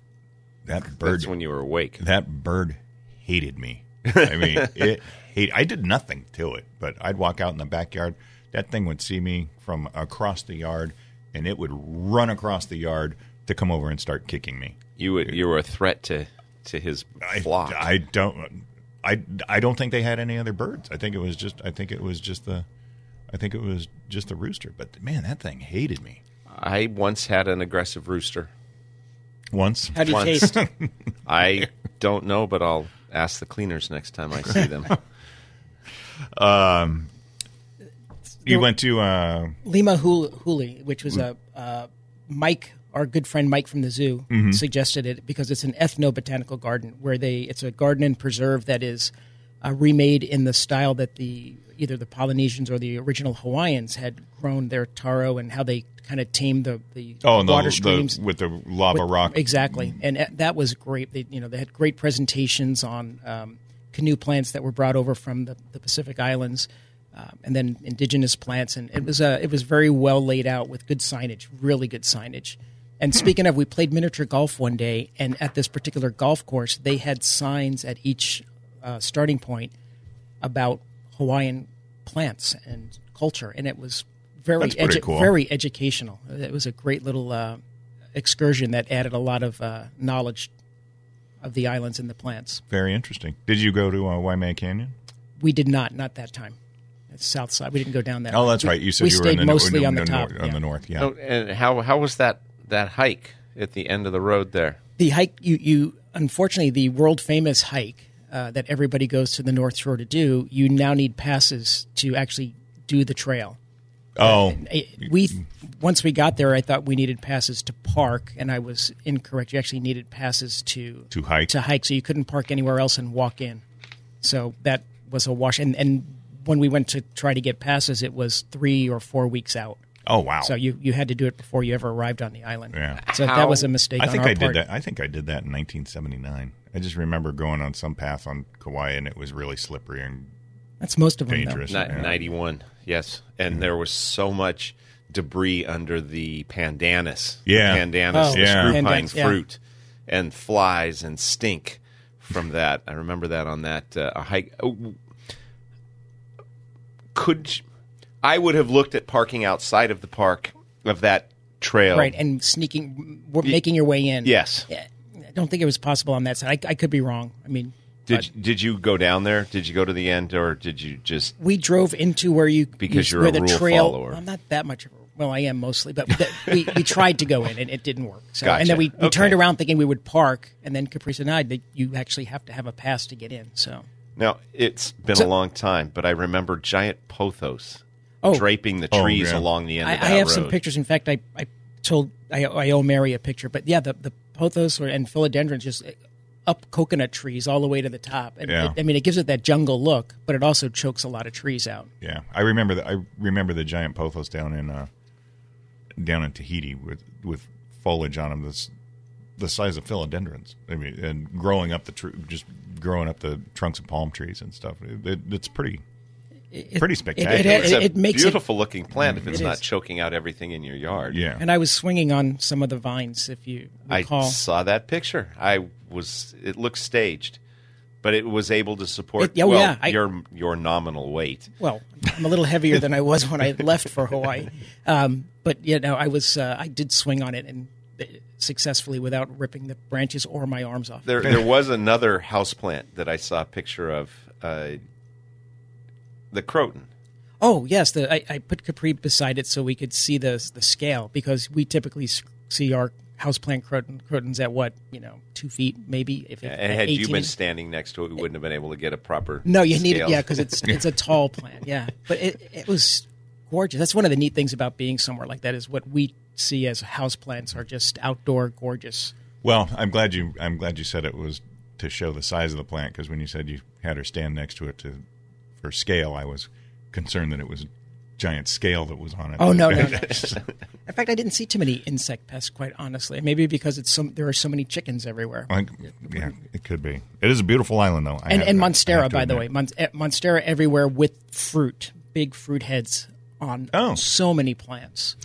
[SPEAKER 2] that bird
[SPEAKER 3] That's when you were awake.
[SPEAKER 2] that bird hated me. I mean, it hate. I did nothing to it, but I'd walk out in the backyard. That thing would see me from across the yard, and it would run across the yard to come over and start kicking me.
[SPEAKER 3] You were, you were a threat to to his
[SPEAKER 2] I,
[SPEAKER 3] flock.
[SPEAKER 2] I don't. I, I don't think they had any other birds. I think it was just. I think it was just the. I think it was just the rooster. But man, that thing hated me.
[SPEAKER 3] I once had an aggressive rooster.
[SPEAKER 2] Once
[SPEAKER 4] How do you
[SPEAKER 3] Once.
[SPEAKER 4] taste?
[SPEAKER 3] I don't know, but I'll ask the cleaners next time I see them.
[SPEAKER 2] Um, you went to uh,
[SPEAKER 4] Lima Hul- Huli, which was a uh, Mike our good friend Mike from the zoo suggested it because it's an ethnobotanical garden where they it's a garden and preserve that is uh, remade in the style that the either the Polynesians or the original Hawaiians had grown their taro and how they kind of tamed the the
[SPEAKER 2] Oh, and the,
[SPEAKER 4] water
[SPEAKER 2] the-
[SPEAKER 4] streams
[SPEAKER 2] with the lava
[SPEAKER 4] with-
[SPEAKER 2] rock.
[SPEAKER 4] exactly and uh, that was great they you know they had great presentations on um, canoe plants that were brought over from the, the pacific islands um, and then indigenous plants and it was uh, it was very well laid out with good signage really good signage and speaking of we played miniature golf one day and at this particular golf course they had signs at each uh, starting point about hawaiian plants and culture and it was very
[SPEAKER 2] That's pretty
[SPEAKER 4] edu-
[SPEAKER 2] cool.
[SPEAKER 4] very educational it was a great little uh, excursion that added a lot of uh, knowledge of the islands and the plants.
[SPEAKER 2] Very interesting. Did you go to uh, Waimea Canyon?
[SPEAKER 4] We did not, not that time. It's south side. We didn't go down that.
[SPEAKER 2] Oh,
[SPEAKER 4] way.
[SPEAKER 2] that's right. You said
[SPEAKER 4] we
[SPEAKER 2] you were
[SPEAKER 4] stayed
[SPEAKER 2] in the
[SPEAKER 4] mostly
[SPEAKER 2] no-
[SPEAKER 4] on
[SPEAKER 2] no-
[SPEAKER 4] the top.
[SPEAKER 2] on
[SPEAKER 4] yeah. Uh,
[SPEAKER 2] the north. Yeah.
[SPEAKER 3] Oh, and how how was that that hike at the end of the road there?
[SPEAKER 4] The hike, you, you unfortunately the world famous hike uh, that everybody goes to the North Shore to do. You now need passes to actually do the trail.
[SPEAKER 2] Oh,
[SPEAKER 4] I- we once we got there, I thought we needed passes to park, and I was incorrect. You actually needed passes to
[SPEAKER 2] To hike?
[SPEAKER 4] to hike, so you couldn't park anywhere else and walk in. So that was a wash. And and when we went to try to get passes, it was three or four weeks out.
[SPEAKER 2] oh wow.
[SPEAKER 4] So you you had to do it before you ever arrived on the island.
[SPEAKER 2] Yeah.
[SPEAKER 4] So
[SPEAKER 3] How-
[SPEAKER 4] that was a mistake.
[SPEAKER 2] I
[SPEAKER 4] on
[SPEAKER 2] think
[SPEAKER 4] our
[SPEAKER 2] I did
[SPEAKER 4] part.
[SPEAKER 2] that. I think I did that in 1979. I just remember going on some path on Kauai and it was really slippery and
[SPEAKER 4] That's most of them. though.
[SPEAKER 2] dangerous. Yeah.
[SPEAKER 3] Ninety one, yes, and
[SPEAKER 4] Mm-hmm.
[SPEAKER 3] there was so much debris under the pandanus.
[SPEAKER 2] Yeah.
[SPEAKER 3] pandanus,
[SPEAKER 4] Oh,
[SPEAKER 3] the
[SPEAKER 2] Yeah.
[SPEAKER 3] screw
[SPEAKER 4] pandan-
[SPEAKER 3] pine
[SPEAKER 4] yeah.
[SPEAKER 3] fruit, and flies and stink from that. I remember that on that uh, a hike. Oh, w- Could I would have looked at parking outside of the park of that trail?
[SPEAKER 4] Right, and sneaking, w- making your way in.
[SPEAKER 3] Yes.
[SPEAKER 4] Yeah. I don't think it was possible on that side. I, I could be wrong. I mean,
[SPEAKER 3] Did did you go down there? Did you go to the end, or did you just?
[SPEAKER 4] we drove into where you
[SPEAKER 3] Because
[SPEAKER 4] you-
[SPEAKER 3] you're
[SPEAKER 4] where
[SPEAKER 3] a
[SPEAKER 4] the
[SPEAKER 3] rule
[SPEAKER 4] trail.
[SPEAKER 3] follower.
[SPEAKER 4] I'm not that much. of a Well, I am mostly, but th- we, we tried to go in and it didn't work. So,
[SPEAKER 3] Gotcha.
[SPEAKER 4] and then we, we
[SPEAKER 3] Okay.
[SPEAKER 4] turned around thinking we would park, and then Capri denied that you actually have to have a pass to get in. So,
[SPEAKER 3] Now it's been a long time, but I remember giant pothos
[SPEAKER 4] Oh.
[SPEAKER 3] draping the
[SPEAKER 2] Oh,
[SPEAKER 3] trees
[SPEAKER 2] yeah.
[SPEAKER 3] along the end
[SPEAKER 4] I, I
[SPEAKER 3] of that
[SPEAKER 4] have
[SPEAKER 3] road.
[SPEAKER 4] some pictures. In fact, I, I told I, I owe Mary a picture, but yeah, the the pothos or, and philodendrons just eh, up coconut trees all the way to the top. And
[SPEAKER 2] Yeah.
[SPEAKER 4] it- I mean, it gives it that jungle look, but it also chokes a lot of trees out.
[SPEAKER 2] Yeah, I remember the I remember the giant pothos down in uh, down in Tahiti with with foliage on them that's the size of philodendrons. I mean, and growing up the tr- just growing up the trunks of palm trees and stuff. It, it, it's pretty
[SPEAKER 4] It-
[SPEAKER 2] Pretty
[SPEAKER 4] it-
[SPEAKER 2] spectacular.
[SPEAKER 4] It,
[SPEAKER 2] Yeah,
[SPEAKER 4] it,
[SPEAKER 3] It's
[SPEAKER 4] it,
[SPEAKER 3] a
[SPEAKER 4] it makes it
[SPEAKER 3] beautiful looking plant if it's
[SPEAKER 4] It
[SPEAKER 3] not
[SPEAKER 4] is.
[SPEAKER 3] choking out everything in your yard.
[SPEAKER 2] yeah.
[SPEAKER 4] And I was swinging on some of the vines, if you
[SPEAKER 3] I
[SPEAKER 4] recall.
[SPEAKER 3] saw that picture. I was. It looked staged, but it was able to support.
[SPEAKER 4] It- oh,
[SPEAKER 3] well,
[SPEAKER 4] yeah, I-
[SPEAKER 3] your your nominal weight.
[SPEAKER 4] well, I'm a little heavier than I was when I left for Hawaii, um, but you know, I was uh, I did swing on it and successfully without ripping the branches or my arms off.
[SPEAKER 3] There, there was another houseplant that I saw a picture of. Uh, the croton.
[SPEAKER 4] Oh yes, the, I, I put Capri beside it so we could see the the scale because we typically s- see our houseplant croton, crotons at what you know two feet maybe if it,
[SPEAKER 3] And had you
[SPEAKER 4] 18
[SPEAKER 3] been
[SPEAKER 4] inch-
[SPEAKER 3] standing next to it, we wouldn't have been able to get a proper.
[SPEAKER 4] No, you need it,
[SPEAKER 3] scale.
[SPEAKER 4] yeah, because it's it's a tall plant, yeah. But it it was gorgeous. That's one of the neat things about being somewhere like that is what we see as house plants are just outdoor gorgeous.
[SPEAKER 2] Well, I'm glad you I'm glad you said it was to show the size of the plant because when you said you had her stand next to it to for scale, I was concerned that it was giant scale that was on it.
[SPEAKER 4] Oh no, no, no. In fact, I didn't see too many insect pests, quite honestly. Maybe because it's so there are so many chickens everywhere.
[SPEAKER 2] Like, yeah, it could be. It is a beautiful island, though. I have-
[SPEAKER 4] and, and
[SPEAKER 2] I have to
[SPEAKER 4] Monstera, by the
[SPEAKER 2] admit.
[SPEAKER 4] way, Mon- eh, Monstera everywhere with fruit, big fruit heads on
[SPEAKER 2] Oh.
[SPEAKER 4] so many plants.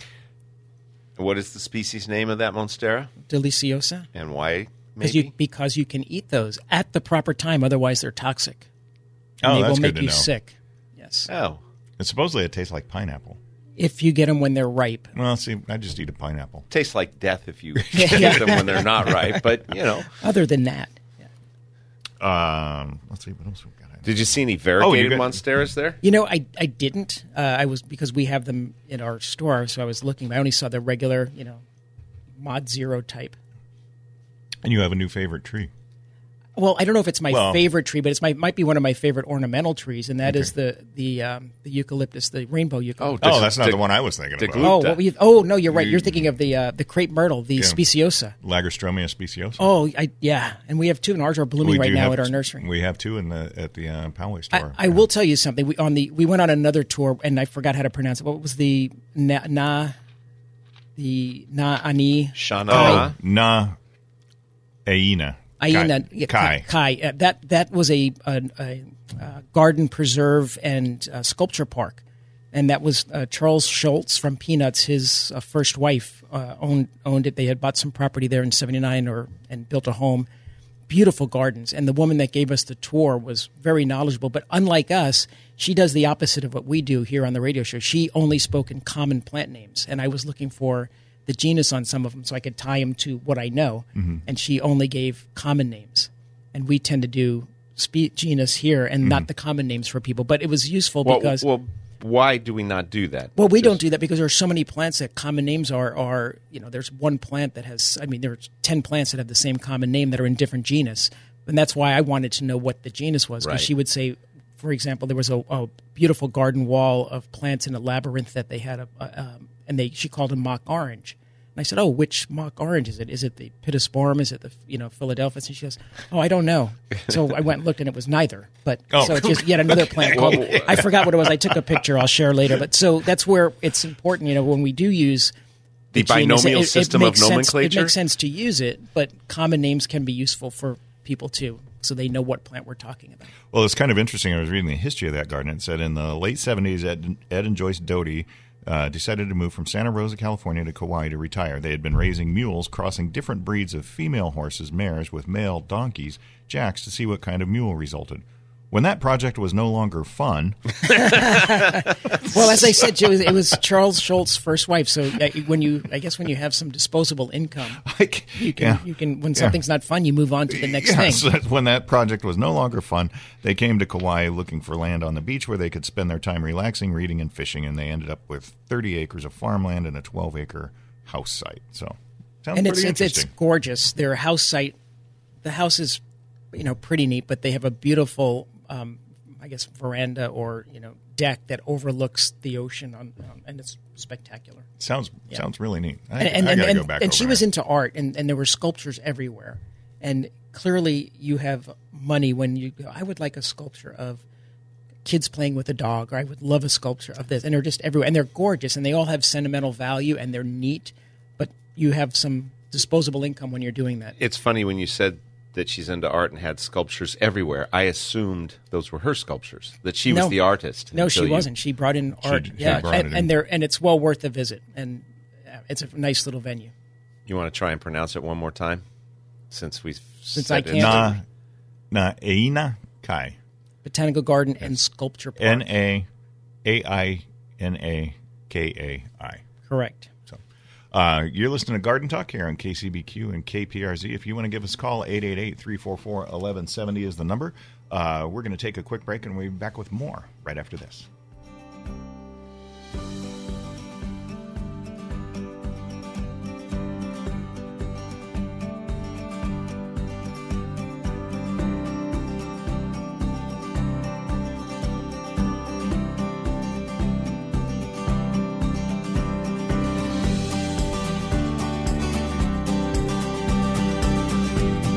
[SPEAKER 3] What is the species name of that monstera,
[SPEAKER 4] Deliciosa,
[SPEAKER 3] and why?
[SPEAKER 4] 'Cause
[SPEAKER 3] Maybe
[SPEAKER 4] you, because you can eat those at the proper time, otherwise they're toxic.
[SPEAKER 2] Oh,
[SPEAKER 4] and they
[SPEAKER 2] that's
[SPEAKER 4] will
[SPEAKER 2] good
[SPEAKER 4] make
[SPEAKER 2] to
[SPEAKER 4] you
[SPEAKER 2] know.
[SPEAKER 4] sick. Yes,
[SPEAKER 3] Oh,
[SPEAKER 2] And supposedly it tastes like pineapple.
[SPEAKER 4] if you get them when they're ripe.
[SPEAKER 2] Well, see, I just eat a pineapple.
[SPEAKER 3] tastes like death if you eat them when they're not ripe. But you know,
[SPEAKER 4] Other than that,
[SPEAKER 2] Um, let's see what else we've got.
[SPEAKER 3] did you see any variegated
[SPEAKER 2] Oh, got-
[SPEAKER 3] monsteras there?
[SPEAKER 4] you know, I I didn't. Uh, I was because we have them in our store, so I was looking. I only saw the regular, you know, mod zero type.
[SPEAKER 2] And you have a new favorite tree.
[SPEAKER 4] Well, I don't know if it's my
[SPEAKER 2] Well-
[SPEAKER 4] favorite tree, but it's my might be one of my favorite ornamental trees, and that is the the um, the eucalyptus, the rainbow eucalyptus.
[SPEAKER 2] Oh, that's not the one I was thinking
[SPEAKER 3] the
[SPEAKER 2] about.
[SPEAKER 3] glue-
[SPEAKER 4] Oh, what were you, oh no, you're right. You're thinking of the uh, the crepe myrtle, the speciosa.
[SPEAKER 2] Lagerstroemia speciosa.
[SPEAKER 4] Oh, I, yeah, and we have two, and ours are blooming right
[SPEAKER 2] do
[SPEAKER 4] now
[SPEAKER 2] have-
[SPEAKER 4] at our nursery.
[SPEAKER 2] We have two in the at the uh, Poway
[SPEAKER 4] I,
[SPEAKER 2] store.
[SPEAKER 4] I will tell you something. We on the we went on another tour, and I forgot how to pronounce it. What was the na, na the na ani
[SPEAKER 3] Shana.
[SPEAKER 2] Na Oh, Aina.
[SPEAKER 4] Uh-huh. Aina
[SPEAKER 2] Kai.
[SPEAKER 4] yeah,
[SPEAKER 2] Kai.
[SPEAKER 4] Kai. Uh, that that was a, a, a, uh garden preserve and uh, sculpture park, and that was uh, Charles Schultz from Peanuts. His uh, first wife uh, owned owned it. They had bought some property there in '79 or and built a home. Beautiful gardens, and the woman that gave us the tour was very knowledgeable. But unlike us, she does the opposite of what we do here on the radio show. She only spoke in common plant names, and I was looking for the genus on some of them so I could tie them to what I know. And she only gave common names. And we tend to do spe- genus here and not the common names for people. But it was useful
[SPEAKER 3] Mm-hmm. Well,
[SPEAKER 4] because, well,
[SPEAKER 3] well, why do we not do that?
[SPEAKER 4] we don't do that because there are so many plants that common names are, are, you know, there's one plant that has, I mean, there's 10 plants that have the same common name that are in different genus. And that's why I wanted to know what the genus was because
[SPEAKER 3] Right.
[SPEAKER 4] she would say, for example, there was a, a beautiful garden wall of plants in a labyrinth that they had, a, a, um, and they she called them mock orange. And I said, "Oh, which mock orange is it? Is it the pittosporum? Is it the you know Philadelphia?" And she goes, "Oh, I don't know." So I went and looked, and it was neither. But
[SPEAKER 2] Oh.
[SPEAKER 4] so it's just yet another plant. called- I forgot what it was. I took a picture. I'll share later. But so that's where it's important, you know, when we do use
[SPEAKER 3] The
[SPEAKER 4] genus,
[SPEAKER 3] binomial
[SPEAKER 4] it- it
[SPEAKER 3] system of
[SPEAKER 4] makes sense-
[SPEAKER 3] nomenclature.
[SPEAKER 4] it makes sense to use it, but common names can be useful for people too, so they know what plant we're talking about.
[SPEAKER 2] Well, it's kind of interesting. I was reading the history of that garden. It said in the late 70s, Ed, Ed and Joyce Doty uh, decided to move from Santa Rosa, California to Kauai to retire. They had been raising mules, crossing different breeds of female horses, mares, with male donkeys, jacks, to see what kind of mule resulted. When that project was no longer fun,
[SPEAKER 4] Well, as I said, it was, it was Charles Schultz's first wife. So uh, when you, I guess, when you have some disposable income,
[SPEAKER 2] like,
[SPEAKER 4] you can, you can. When something's not fun, you move on to the next thing.
[SPEAKER 2] Yes, when that project was no longer fun, they came to Kauai looking for land on the beach where they could spend their time relaxing, reading, and fishing, and they ended up with 30 acres of farmland and a 12 acre house site. So, sounds
[SPEAKER 4] and
[SPEAKER 2] pretty
[SPEAKER 4] it's it's,
[SPEAKER 2] interesting.
[SPEAKER 4] it's gorgeous. Their house site, the house is, you know, pretty neat. But they have a beautiful, um, I guess, veranda or you know deck that overlooks the ocean, on, um, and it's spectacular.
[SPEAKER 2] sounds sounds really neat. I,
[SPEAKER 4] and and,
[SPEAKER 2] I gotta
[SPEAKER 4] and,
[SPEAKER 2] go back.
[SPEAKER 4] and she
[SPEAKER 2] over
[SPEAKER 4] was
[SPEAKER 2] there.
[SPEAKER 4] into art and, and there were sculptures everywhere and clearly you have money when you go, i would like a sculpture of kids playing with a dog or i would love a sculpture of this and they're just everywhere and they're gorgeous and they all have sentimental value and they're neat but you have some disposable income when you're doing that
[SPEAKER 3] It's funny when you said that she's into art and had sculptures everywhere. I assumed those were her sculptures. That she was the artist.
[SPEAKER 4] No, she
[SPEAKER 3] until you-
[SPEAKER 4] wasn't. She brought in art.
[SPEAKER 2] she
[SPEAKER 4] yeah,
[SPEAKER 2] brought
[SPEAKER 4] and,
[SPEAKER 2] it in.
[SPEAKER 4] and they're and it's well worth a visit, and uh, it's a nice little venue.
[SPEAKER 3] You want to try and pronounce it one more time? Since we since
[SPEAKER 4] I can't-
[SPEAKER 2] Na Na Aina Kai
[SPEAKER 4] Botanical garden and sculpture park.
[SPEAKER 2] N A A I N A K A I.
[SPEAKER 4] Correct.
[SPEAKER 2] Uh, you're listening to Garden Talk here on KCBQ and KPRZ. If you want to give us a call, 888 344 1170 is the number. Uh, we're going to take a quick break and we'll be back with more right after this.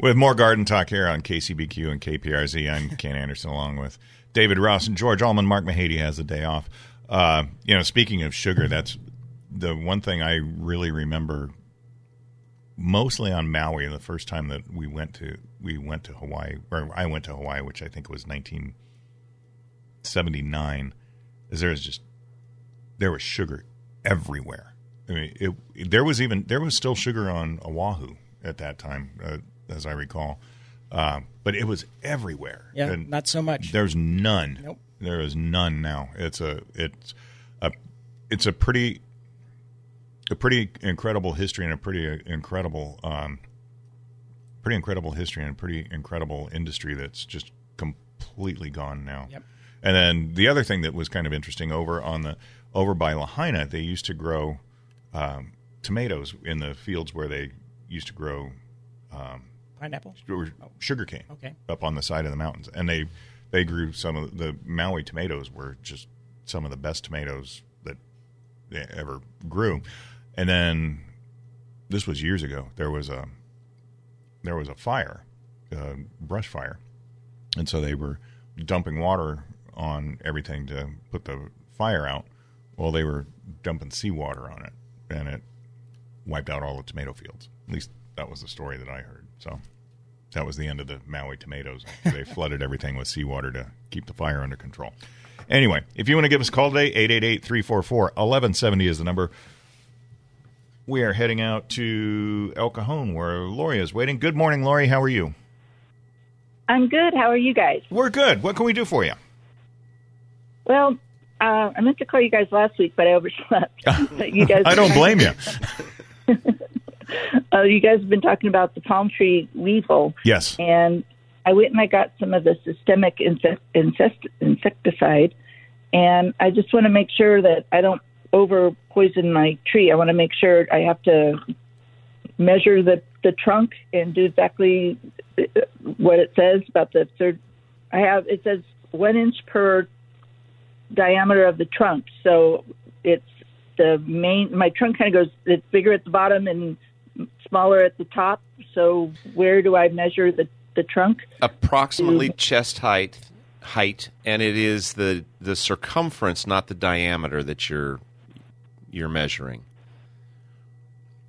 [SPEAKER 2] with more Garden Talk here on KCBQ and KPRZ. I'm Ken Anderson along with David Ross and George Allman. Mark Mahady has a day off. Uh, you know, speaking of sugar, that's the one thing I really remember mostly on Maui the first time that we went to we went to Hawaii or I went to Hawaii, which I think was 1979. Is there was just there was sugar everywhere. I mean, it, there was even there was still sugar on Oahu at that time, uh, as I recall. Um, but it was everywhere.
[SPEAKER 4] Yeah,
[SPEAKER 2] And
[SPEAKER 4] not so much.
[SPEAKER 2] There's none.
[SPEAKER 4] Nope.
[SPEAKER 2] There is none now. It's a it's a it's a pretty a pretty incredible history and a pretty uh, incredible um, pretty incredible history and a pretty incredible industry that's just completely gone now.
[SPEAKER 4] Yep.
[SPEAKER 2] And then the other thing that was kind of interesting over on the over by Lahaina, they used to grow um, tomatoes in the fields where they used to grow
[SPEAKER 4] Pineapple.
[SPEAKER 2] or sugarcane
[SPEAKER 4] Okay.
[SPEAKER 2] up on the side of the mountains and they they grew some of the maui tomatoes were just some of the best tomatoes that they ever grew and then this was years ago there was a there was a fire a brush fire and so they were dumping water on everything to put the fire out well they were dumping seawater on it and it wiped out all the tomato fields at least that was the story that i heard so that was the end of the Maui tomatoes. They flooded everything with seawater to keep the fire under control. Anyway, if you want to give us a call today, 888 344 1170 is the number. We are heading out to El Cajon where Lori is waiting. Good morning, Lori. How are you?
[SPEAKER 6] I'm good. How are you guys?
[SPEAKER 2] We're good. What can we do for you?
[SPEAKER 6] Well, uh, I meant to call you guys last week, but I overslept. But you guys,
[SPEAKER 2] I don't blame you.
[SPEAKER 6] Uh, you guys have been talking about the palm tree weevil,
[SPEAKER 2] Yes.
[SPEAKER 6] and I went and I got some of the systemic insect, insect, insecticide, and I just want to make sure that I don't over poison my tree. I want to make sure I have to measure the the trunk and do exactly uh, what it says about the third. I have it says one inch per diameter of the trunk, so it's the main. My trunk kind of goes. It's bigger at the bottom and smaller at the top. So where do I measure the the trunk?
[SPEAKER 3] approximately chest height height and it is the the circumference not the diameter that you're you're measuring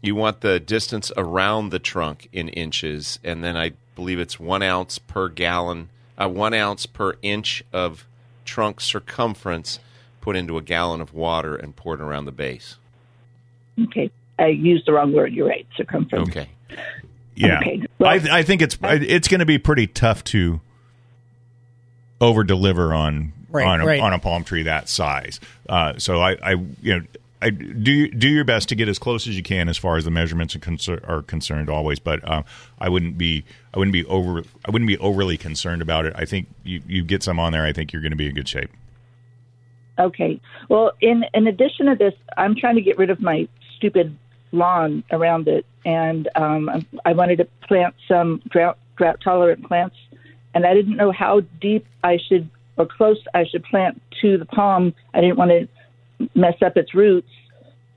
[SPEAKER 3] you want the distance around the trunk in inches and then i believe it's one ounce per gallon uh, one ounce per inch of trunk circumference put into a gallon of water and poured around the base
[SPEAKER 6] Okay, I used the wrong word. You're right. Circumference.
[SPEAKER 3] okay
[SPEAKER 2] Yeah,
[SPEAKER 6] Okay. Well-
[SPEAKER 2] I, th- I think it's I- it's going to be pretty tough to over deliver on
[SPEAKER 4] Right,
[SPEAKER 2] on a,
[SPEAKER 4] right.
[SPEAKER 2] on a palm tree that size. Uh, so I, I you know I do do your best to get as close as you can as far as the measurements are, concer- are concerned always. But um, I wouldn't be I wouldn't be over I wouldn't be overly concerned about it. I think you, you get some on there. I think you're going to be in good shape.
[SPEAKER 6] Okay. Well, in in addition to this, I'm trying to get rid of my stupid lawn around it, and um, I'm- I wanted to plant some drought drought tolerant plants, and I didn't know how deep I should or close I should plant to the palm. I didn't want to mess up its roots,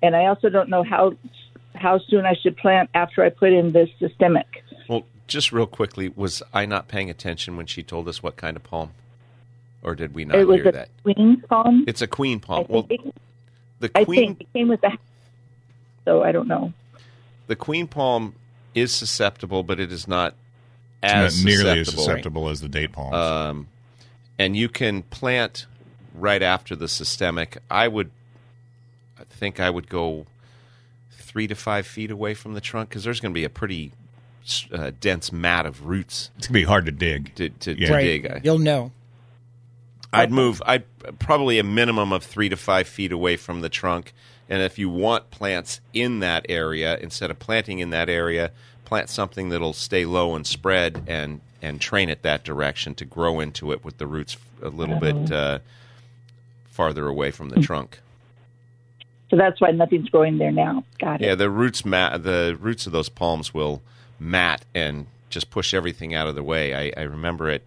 [SPEAKER 6] and I also don't know how how soon I should plant after I put in this systemic.
[SPEAKER 3] well just real quickly was i not paying attention when she told us what kind of palm or did we not
[SPEAKER 6] it was
[SPEAKER 3] hear
[SPEAKER 6] a
[SPEAKER 3] that
[SPEAKER 6] queen palm.
[SPEAKER 3] It's a queen
[SPEAKER 6] I
[SPEAKER 3] palm.
[SPEAKER 6] think,
[SPEAKER 3] Well,
[SPEAKER 6] it,
[SPEAKER 3] the
[SPEAKER 6] I
[SPEAKER 3] queen
[SPEAKER 6] think it came with a so I don't know.
[SPEAKER 3] the queen palm is susceptible, but it is not as
[SPEAKER 2] It's not nearly as
[SPEAKER 3] susceptible.
[SPEAKER 2] susceptible as the date palms.
[SPEAKER 3] Um, and you can plant right after the systemic. I would, I think I would go three to five feet away from the trunk because there's going to be a pretty s- uh, dense mat of roots
[SPEAKER 2] it's going to be hard to dig.
[SPEAKER 3] to, to,
[SPEAKER 2] Yeah.
[SPEAKER 3] to
[SPEAKER 4] Right.
[SPEAKER 3] dig. I-
[SPEAKER 4] You'll know.
[SPEAKER 3] I'd move. I probably a minimum of three to five feet away from the trunk. And if you want plants in that area, instead of planting in that area, plant something that'll stay low and spread, and and train it that direction to grow into it with the roots a little bit uh, farther away from the trunk.
[SPEAKER 6] So that's why nothing's growing there now. Got it.
[SPEAKER 3] Yeah, the roots ma the roots of those palms will mat and just push everything out of the way. I, I remember it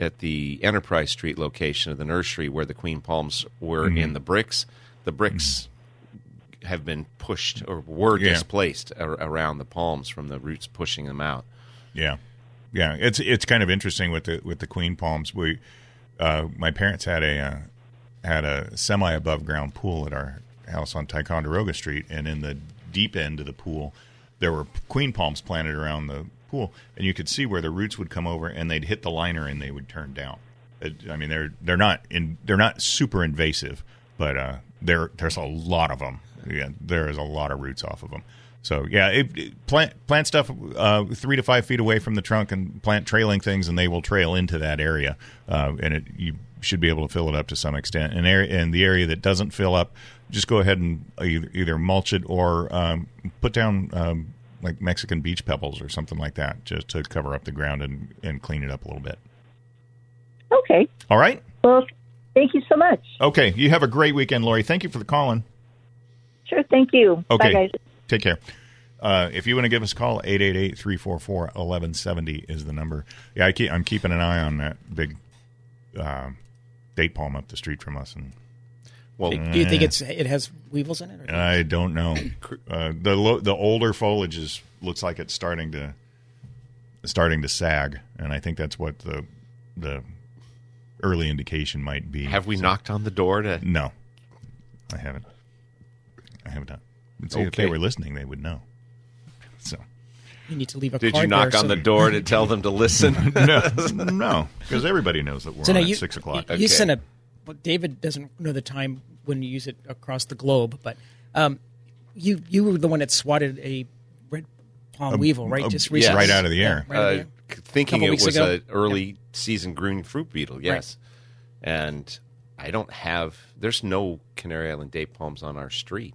[SPEAKER 3] at the Enterprise Street location of the nursery where the queen palms were in the bricks. The bricks have been pushed or were
[SPEAKER 2] Yeah.
[SPEAKER 3] displaced ar- around the palms from the roots pushing them out.
[SPEAKER 2] Yeah, yeah. It's it's kind of interesting with the with the queen palms. We uh, my parents had a uh, had a semi above ground pool at our house on Ticonderoga Street, and in the deep end of the pool, there were queen palms planted around the pool, and you could see where the roots would come over, and they'd hit the liner, and they would turn down. It, I mean, they're they're not in they're not super invasive, but uh, there there's a lot of them. Yeah, there is a lot of roots off of them. So yeah, it, it- plant plant stuff uh, three to five feet away from the trunk, and plant trailing things, and they will trail into that area, uh, and it, you should be able to fill it up to some extent. And area and the area that doesn't fill up, just go ahead and either, either mulch it or um, put down um, like Mexican beach pebbles or something like that, just to cover up the ground and and clean it up a little bit.
[SPEAKER 7] Okay.
[SPEAKER 2] All right,
[SPEAKER 7] Well, thank you so much.
[SPEAKER 2] okay. You have a great weekend, Lori. Thank you for the calling.
[SPEAKER 7] Sure. Thank you.
[SPEAKER 2] Okay.
[SPEAKER 7] Bye, guys.
[SPEAKER 2] Take care. Uh, if you want to give us a call, 888-344-1170 is the number. Yeah, I keep, I'm keeping an eye on that big uh, date palm up the street from us, and Eh.
[SPEAKER 3] Well,
[SPEAKER 4] Do you think it's it has weevils in it? Or
[SPEAKER 2] I don't know. Uh, the lo- the older foliage is looks like it's starting to starting to sag, and I think that's what the the early indication might be.
[SPEAKER 3] have we knocked on the door to?
[SPEAKER 2] No, I haven't. I haven't done. See, If they
[SPEAKER 3] Okay.
[SPEAKER 2] were listening, they would know. So.
[SPEAKER 4] you need to leave a
[SPEAKER 3] Did
[SPEAKER 4] card
[SPEAKER 3] you knock
[SPEAKER 4] there
[SPEAKER 3] on
[SPEAKER 4] so-
[SPEAKER 3] the door to tell them to listen?
[SPEAKER 2] no, no, because everybody knows that we're
[SPEAKER 4] So
[SPEAKER 2] on
[SPEAKER 4] now
[SPEAKER 2] at
[SPEAKER 4] you,
[SPEAKER 2] six o'clock.
[SPEAKER 4] You
[SPEAKER 3] Okay.
[SPEAKER 4] sent a. But David doesn't know the time when you use it across the globe, but um, you you were the one that swatted a red palm weevil, right?
[SPEAKER 2] um,
[SPEAKER 4] Just
[SPEAKER 2] yes.
[SPEAKER 4] recently,
[SPEAKER 2] Right out of the air.
[SPEAKER 4] right out of
[SPEAKER 3] uh,
[SPEAKER 4] the air.
[SPEAKER 3] thinking
[SPEAKER 4] Couple
[SPEAKER 3] it
[SPEAKER 4] weeks
[SPEAKER 3] was
[SPEAKER 4] ago.
[SPEAKER 3] an early season green fruit beetle. Yes, and I don't have. There's no Canary Island date palms on our street.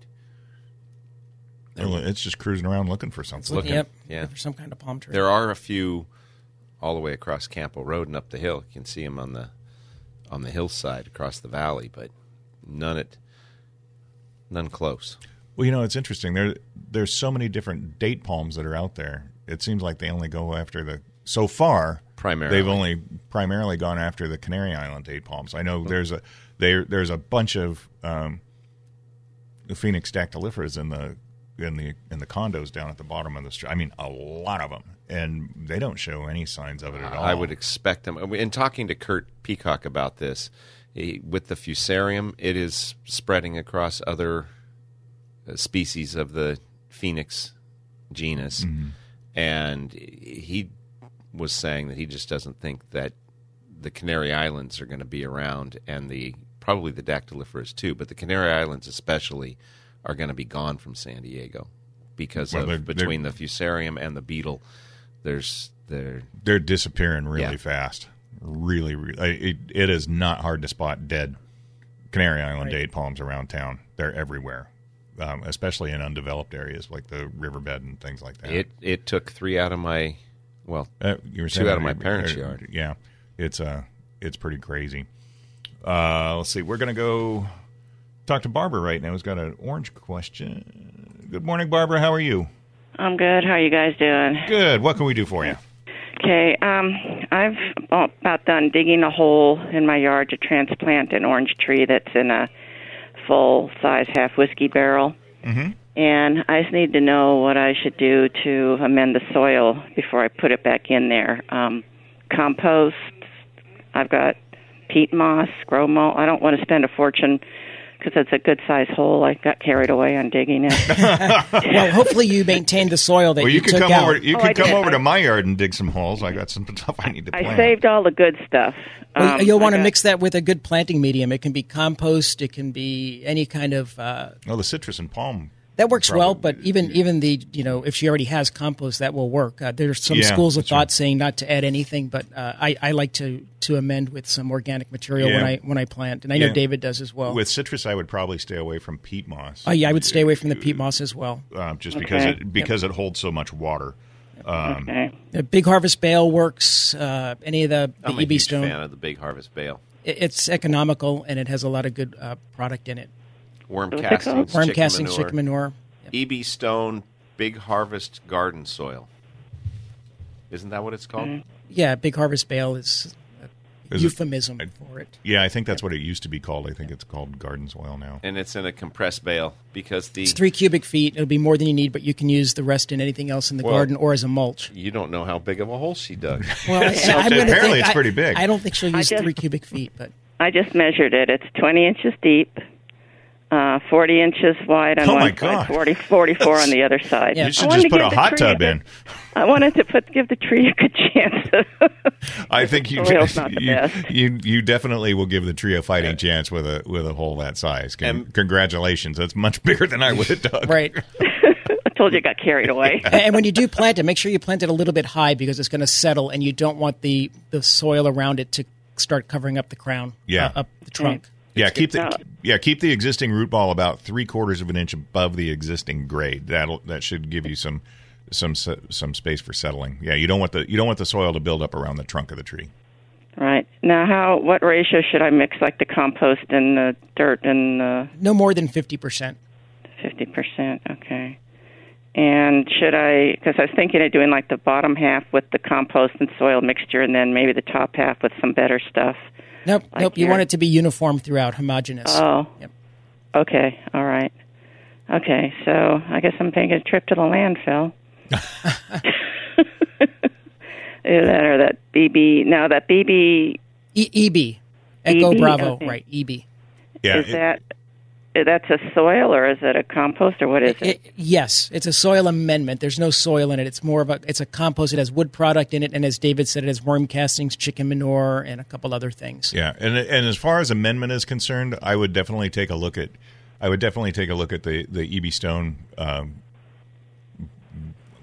[SPEAKER 2] It's just cruising around looking for something.
[SPEAKER 4] Looking up
[SPEAKER 3] yeah.
[SPEAKER 4] for some kind of palm tree.
[SPEAKER 3] There are a few all the way across Campo Road and up the hill. You can see them on the on the hillside across the valley, but none at none close.
[SPEAKER 2] Well, you know, it's interesting. There, there's so many different date palms that are out there. It seems like they only go after the so far.
[SPEAKER 3] Primarily.
[SPEAKER 2] they've only primarily gone after the Canary Island date palms. I
[SPEAKER 3] Oh.
[SPEAKER 2] know there's a there there's a bunch of um, the Phoenix dactyliferas in the in the in the condos down at the bottom of the street. I mean, a lot of them, and they don't show any signs of it at all.
[SPEAKER 3] I would expect them. In talking to Kurt Peacock about this, he- with the fusarium, it is spreading across other uh, species of the phoenix genus,
[SPEAKER 2] Mm-hmm.
[SPEAKER 3] and he was saying that he just doesn't think that the Canary Islands are going to be around, and the probably the dactyliferous too, but the Canary Islands especially are going to be gone from San Diego because
[SPEAKER 2] Well,
[SPEAKER 3] of
[SPEAKER 2] they're- they're-
[SPEAKER 3] between the fusarium and the beetle. There's there
[SPEAKER 2] they're disappearing really
[SPEAKER 3] Yeah.
[SPEAKER 2] fast. Really, really I- it, it is not hard to spot dead Canary Island date palms around town. They're everywhere, um, especially in undeveloped areas like the riverbed and things like that.
[SPEAKER 3] It it took three out of my well
[SPEAKER 2] Uh, you were
[SPEAKER 3] Two
[SPEAKER 2] saying
[SPEAKER 3] out of
[SPEAKER 2] that
[SPEAKER 3] my
[SPEAKER 2] it-
[SPEAKER 3] parents'
[SPEAKER 2] uh,
[SPEAKER 3] yard.
[SPEAKER 2] Yeah, it's uh, it's pretty crazy. Uh, let's see. We're gonna go talk to Barbara right now. Who's got an orange question? Good morning, Barbara. How are you?
[SPEAKER 6] I'm good. How are you guys doing?
[SPEAKER 2] Good. What can we do for you?
[SPEAKER 6] Okay. Um, I've about done digging a hole in my yard to transplant an orange tree that's in a full size half whiskey barrel. Mm-hmm. And I just need to know what I should do to amend the soil before I put it back in there. Um, compost. I've got peat moss, grow mold. I don't want to spend a fortune because it's a good size hole. I got carried away on digging it.
[SPEAKER 4] well, hopefully you maintained the soil that
[SPEAKER 2] Well,
[SPEAKER 4] you,
[SPEAKER 2] you can
[SPEAKER 4] took
[SPEAKER 2] come
[SPEAKER 4] out.
[SPEAKER 2] over. You
[SPEAKER 6] Oh,
[SPEAKER 2] can
[SPEAKER 6] I
[SPEAKER 2] come
[SPEAKER 6] did.
[SPEAKER 2] over to
[SPEAKER 6] I-
[SPEAKER 2] my yard and dig some holes. I got some stuff I need to plant.
[SPEAKER 6] I saved all the good stuff.
[SPEAKER 4] Well,
[SPEAKER 6] Um,
[SPEAKER 4] you'll want
[SPEAKER 6] I
[SPEAKER 4] to
[SPEAKER 6] got-
[SPEAKER 4] mix that with a good planting medium. It can be compost. It can be any kind of uh,
[SPEAKER 2] Oh, the citrus and palm.
[SPEAKER 4] that works well. But even even the you know if she already has compost, that will work. Uh, there's some
[SPEAKER 2] Yeah,
[SPEAKER 4] schools of
[SPEAKER 2] that's right.
[SPEAKER 4] thought saying not to add anything, but uh, I, I like to to amend with some organic material when
[SPEAKER 2] Yeah.
[SPEAKER 4] I when I plant, and I
[SPEAKER 2] Yeah.
[SPEAKER 4] know David does as well.
[SPEAKER 2] With citrus, I would probably stay away from peat moss,
[SPEAKER 4] oh yeah, I would stay away from the peat moss as well.
[SPEAKER 2] uh, just because
[SPEAKER 6] Okay.
[SPEAKER 2] it because it holds so much water.
[SPEAKER 6] Okay.
[SPEAKER 4] The Uh, big harvest bale works. Uh, any of the, the
[SPEAKER 3] I'm a
[SPEAKER 4] EB
[SPEAKER 3] huge
[SPEAKER 4] stone,
[SPEAKER 3] fan of the Big Harvest Bale.
[SPEAKER 4] It- it's economical and it has a lot of good uh, product in it.
[SPEAKER 3] Worm
[SPEAKER 6] What's it
[SPEAKER 3] castings,
[SPEAKER 6] called?
[SPEAKER 4] Worm
[SPEAKER 3] chicken
[SPEAKER 4] casting,
[SPEAKER 3] manure,
[SPEAKER 4] chicken manure.
[SPEAKER 3] EB Stone, Big Harvest Garden Soil. Isn't that what it's called?
[SPEAKER 4] Yeah, big harvest bale is a
[SPEAKER 2] Is it-
[SPEAKER 4] euphemism for it.
[SPEAKER 2] Yeah, I think that's what it used to be called. I think it's called garden soil now.
[SPEAKER 3] And it's in a compressed bale because the
[SPEAKER 4] It's three cubic feet. It'll be more than you need, but you can use the rest in anything else in the
[SPEAKER 3] Well-
[SPEAKER 4] garden or as a mulch.
[SPEAKER 3] you don't know how big of a hole she dug.
[SPEAKER 4] Well, I, I'm gonna
[SPEAKER 2] apparently
[SPEAKER 4] think-
[SPEAKER 2] it's
[SPEAKER 4] I-
[SPEAKER 2] pretty big.
[SPEAKER 4] I don't think she'll use
[SPEAKER 6] just-
[SPEAKER 4] three cubic feet, but
[SPEAKER 6] I just measured it. It's 20 inches deep, uh, 40 inches wide on
[SPEAKER 2] Oh,
[SPEAKER 6] one
[SPEAKER 2] my
[SPEAKER 6] side,
[SPEAKER 2] God.
[SPEAKER 6] 40, 44 on the other side.
[SPEAKER 4] Yeah.
[SPEAKER 2] You should
[SPEAKER 6] I wanted
[SPEAKER 2] just
[SPEAKER 6] to
[SPEAKER 2] put a
[SPEAKER 6] give the
[SPEAKER 2] hot
[SPEAKER 6] tree
[SPEAKER 2] tub in.
[SPEAKER 6] I wanted to put give the tree a good chance.
[SPEAKER 2] I think you
[SPEAKER 6] Soil's not the
[SPEAKER 2] you,
[SPEAKER 6] best.
[SPEAKER 2] you you definitely will give the tree a fighting chance with a with a hole that size. Con-
[SPEAKER 3] And-
[SPEAKER 2] congratulations, that's much bigger than I would have dug.
[SPEAKER 4] right.
[SPEAKER 6] told you I got carried away.
[SPEAKER 4] And- and when you do plant it, make sure you plant it a little bit high because it's going to settle, and you don't want the the soil around it to start covering up the crown,
[SPEAKER 2] Yeah.
[SPEAKER 4] uh, up the trunk.
[SPEAKER 2] Yeah, keep the yeah keep the existing root ball about three quarters of an inch above the existing grade. That'll that should give you some some se- some space for settling. Yeah, you don't want the you don't want the soil to build up around the trunk of the tree.
[SPEAKER 6] Right. Now, how what ratio should I mix like the compost and the dirt and the
[SPEAKER 4] No more than fifty percent.
[SPEAKER 6] 50%? Okay. And should I cuz I was thinking of doing like the bottom half with the compost and soil mixture and then maybe the top half with some better stuff.
[SPEAKER 4] Nope,
[SPEAKER 6] Like
[SPEAKER 4] nope. You
[SPEAKER 6] your-
[SPEAKER 4] want it Uh, to be uniform throughout, homogeneous.
[SPEAKER 6] Oh.
[SPEAKER 4] Yep.
[SPEAKER 6] Okay. All right. Okay. So, I guess I'm taking a trip to the landfill. Either that or that BB. Now that BB
[SPEAKER 4] E- EB, Echo
[SPEAKER 6] EB,
[SPEAKER 4] Bravo,
[SPEAKER 6] okay.
[SPEAKER 4] right? E EB.
[SPEAKER 2] Yeah,
[SPEAKER 6] is
[SPEAKER 2] it-
[SPEAKER 6] that that's a soil or is it a compost or what is it?
[SPEAKER 4] It- yes, it's a soil amendment. There's no soil in it. It's more of a it's a compost. It has wood product in it, and as David said, it has worm castings, chicken manure, and a couple other things.
[SPEAKER 2] yeah. And and as far as amendment is concerned, I would definitely take a look at I would definitely take a look at the the EB Stone. Um,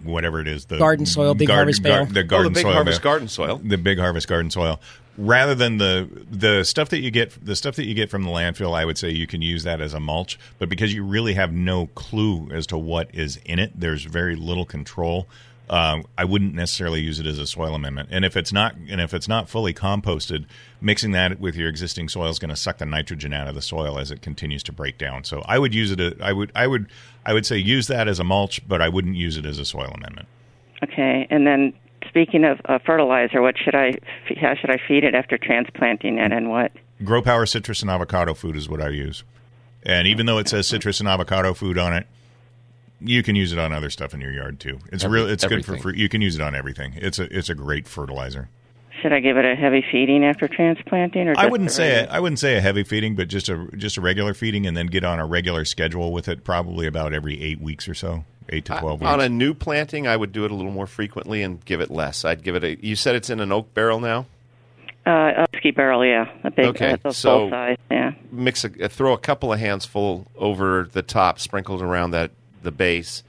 [SPEAKER 2] whatever it is, the
[SPEAKER 4] Garden soil, Big
[SPEAKER 2] garden-
[SPEAKER 4] Harvest bale.
[SPEAKER 2] gar- the
[SPEAKER 3] Oh,
[SPEAKER 2] garden
[SPEAKER 3] the Big
[SPEAKER 2] soil
[SPEAKER 3] Harvest
[SPEAKER 2] bale.
[SPEAKER 3] Garden Soil.
[SPEAKER 2] the big harvest garden soil rather than the the stuff that you get the stuff that you get from the landfill i would say you can use that as a mulch but because you really have no clue as to what is in it there's very little control um, i wouldn't necessarily use it as a soil amendment and if it's not and if it's not fully composted mixing that with your existing soil is going to suck the nitrogen out of the soil as it continues to break down so i would use it a- I would i would i would say use that as a mulch but i wouldn't use it as a soil amendment
[SPEAKER 6] Okay, and then speaking of uh, fertilizer, what should I? f- How should I feed it after transplanting it, and what?
[SPEAKER 2] Grow Power citrus and avocado food is what I use. And even though it says citrus and avocado food on it, you can use it on other stuff in your yard too. It's
[SPEAKER 3] Every-
[SPEAKER 2] real. It's good for
[SPEAKER 3] everything.
[SPEAKER 2] fruit. You can use it on everything. It's a it's a great fertilizer.
[SPEAKER 6] Should I give it a heavy feeding after transplanting, or
[SPEAKER 2] I
[SPEAKER 6] just
[SPEAKER 2] wouldn't
[SPEAKER 6] a
[SPEAKER 2] say
[SPEAKER 6] regular-
[SPEAKER 2] I wouldn't say a heavy feeding, but just a just a regular feeding, and then get on a regular schedule with it. Probably about every eight weeks or so, eight to
[SPEAKER 3] I-
[SPEAKER 2] twelve
[SPEAKER 3] on a
[SPEAKER 2] weeks.
[SPEAKER 3] new planting, I would do it a little more frequently and give it less. I'd give it a. You said it's in an oak barrel now.
[SPEAKER 6] uh, a ski barrel? Yeah, a big,
[SPEAKER 3] Okay,
[SPEAKER 6] uh, the
[SPEAKER 3] so-
[SPEAKER 6] full size. Yeah.
[SPEAKER 3] Mix a, uh, throw a couple of hands full over the top, sprinkled around that the base,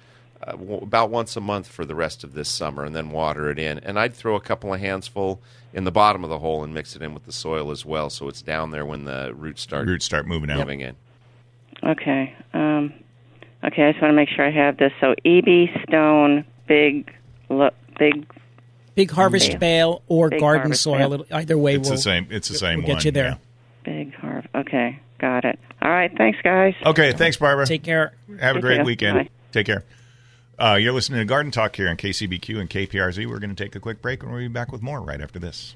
[SPEAKER 3] uh, w- about once a month for the rest of this summer, and then water it in. And I'd throw a couple of hands full in the bottom of the hole and mix it in with the soil as well, so it's down there when the roots start
[SPEAKER 2] Roots start moving out.
[SPEAKER 3] coming in.
[SPEAKER 6] Okay. Um, okay. I just want to make sure I have this. So EB Stone, big, lo- big.
[SPEAKER 4] Big harvest bale or
[SPEAKER 6] Big
[SPEAKER 4] garden
[SPEAKER 6] harvest
[SPEAKER 4] soil.
[SPEAKER 6] bale.
[SPEAKER 4] It'll- Either way,
[SPEAKER 2] It's
[SPEAKER 4] will
[SPEAKER 2] the same. It's the same
[SPEAKER 4] we'll get
[SPEAKER 2] one.
[SPEAKER 4] you there.
[SPEAKER 6] Big harv. Okay, got it. All right, thanks, guys.
[SPEAKER 2] yeah. Okay. Thanks, Barbara.
[SPEAKER 4] Take care.
[SPEAKER 2] Have a
[SPEAKER 6] Take
[SPEAKER 2] great
[SPEAKER 6] care.
[SPEAKER 2] weekend.
[SPEAKER 6] Bye.
[SPEAKER 2] Take care. Uh, you're listening to Garden Talk here on KCBQ and KPRZ. We're going to take a quick break and we'll be back with more right after this.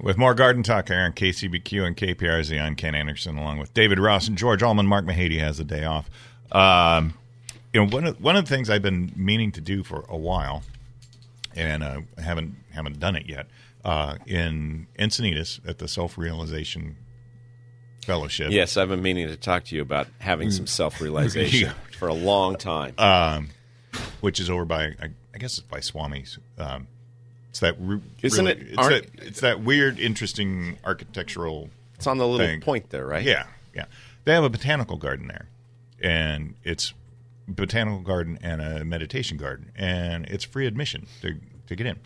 [SPEAKER 2] with more Garden Talk here on KCBQ and KPRZ. I'm Ken Anderson along with David Ross and George Allman. Mark Mahady has a day off. Um, you know, one of, one of the things I've been meaning to do for a while, and uh, I haven't haven't done it yet, uh, in Encinitas at the Self Realization Fellowship.
[SPEAKER 3] Yes, I've been meaning to talk to you about having
[SPEAKER 2] Mm.
[SPEAKER 3] some self realization for a long time.
[SPEAKER 2] Uh, Um, which is over by I, I guess it's by Swami's. Um, it's that ru-
[SPEAKER 3] Isn't
[SPEAKER 2] really-
[SPEAKER 3] it
[SPEAKER 2] It's,
[SPEAKER 3] arch-
[SPEAKER 2] that, it's that weird, interesting architectural.
[SPEAKER 3] it's on the little
[SPEAKER 2] thing.
[SPEAKER 3] point there, right?
[SPEAKER 2] Yeah, yeah. They have a botanical garden there, and it's botanical garden and a meditation garden, and it's free admission to to get in.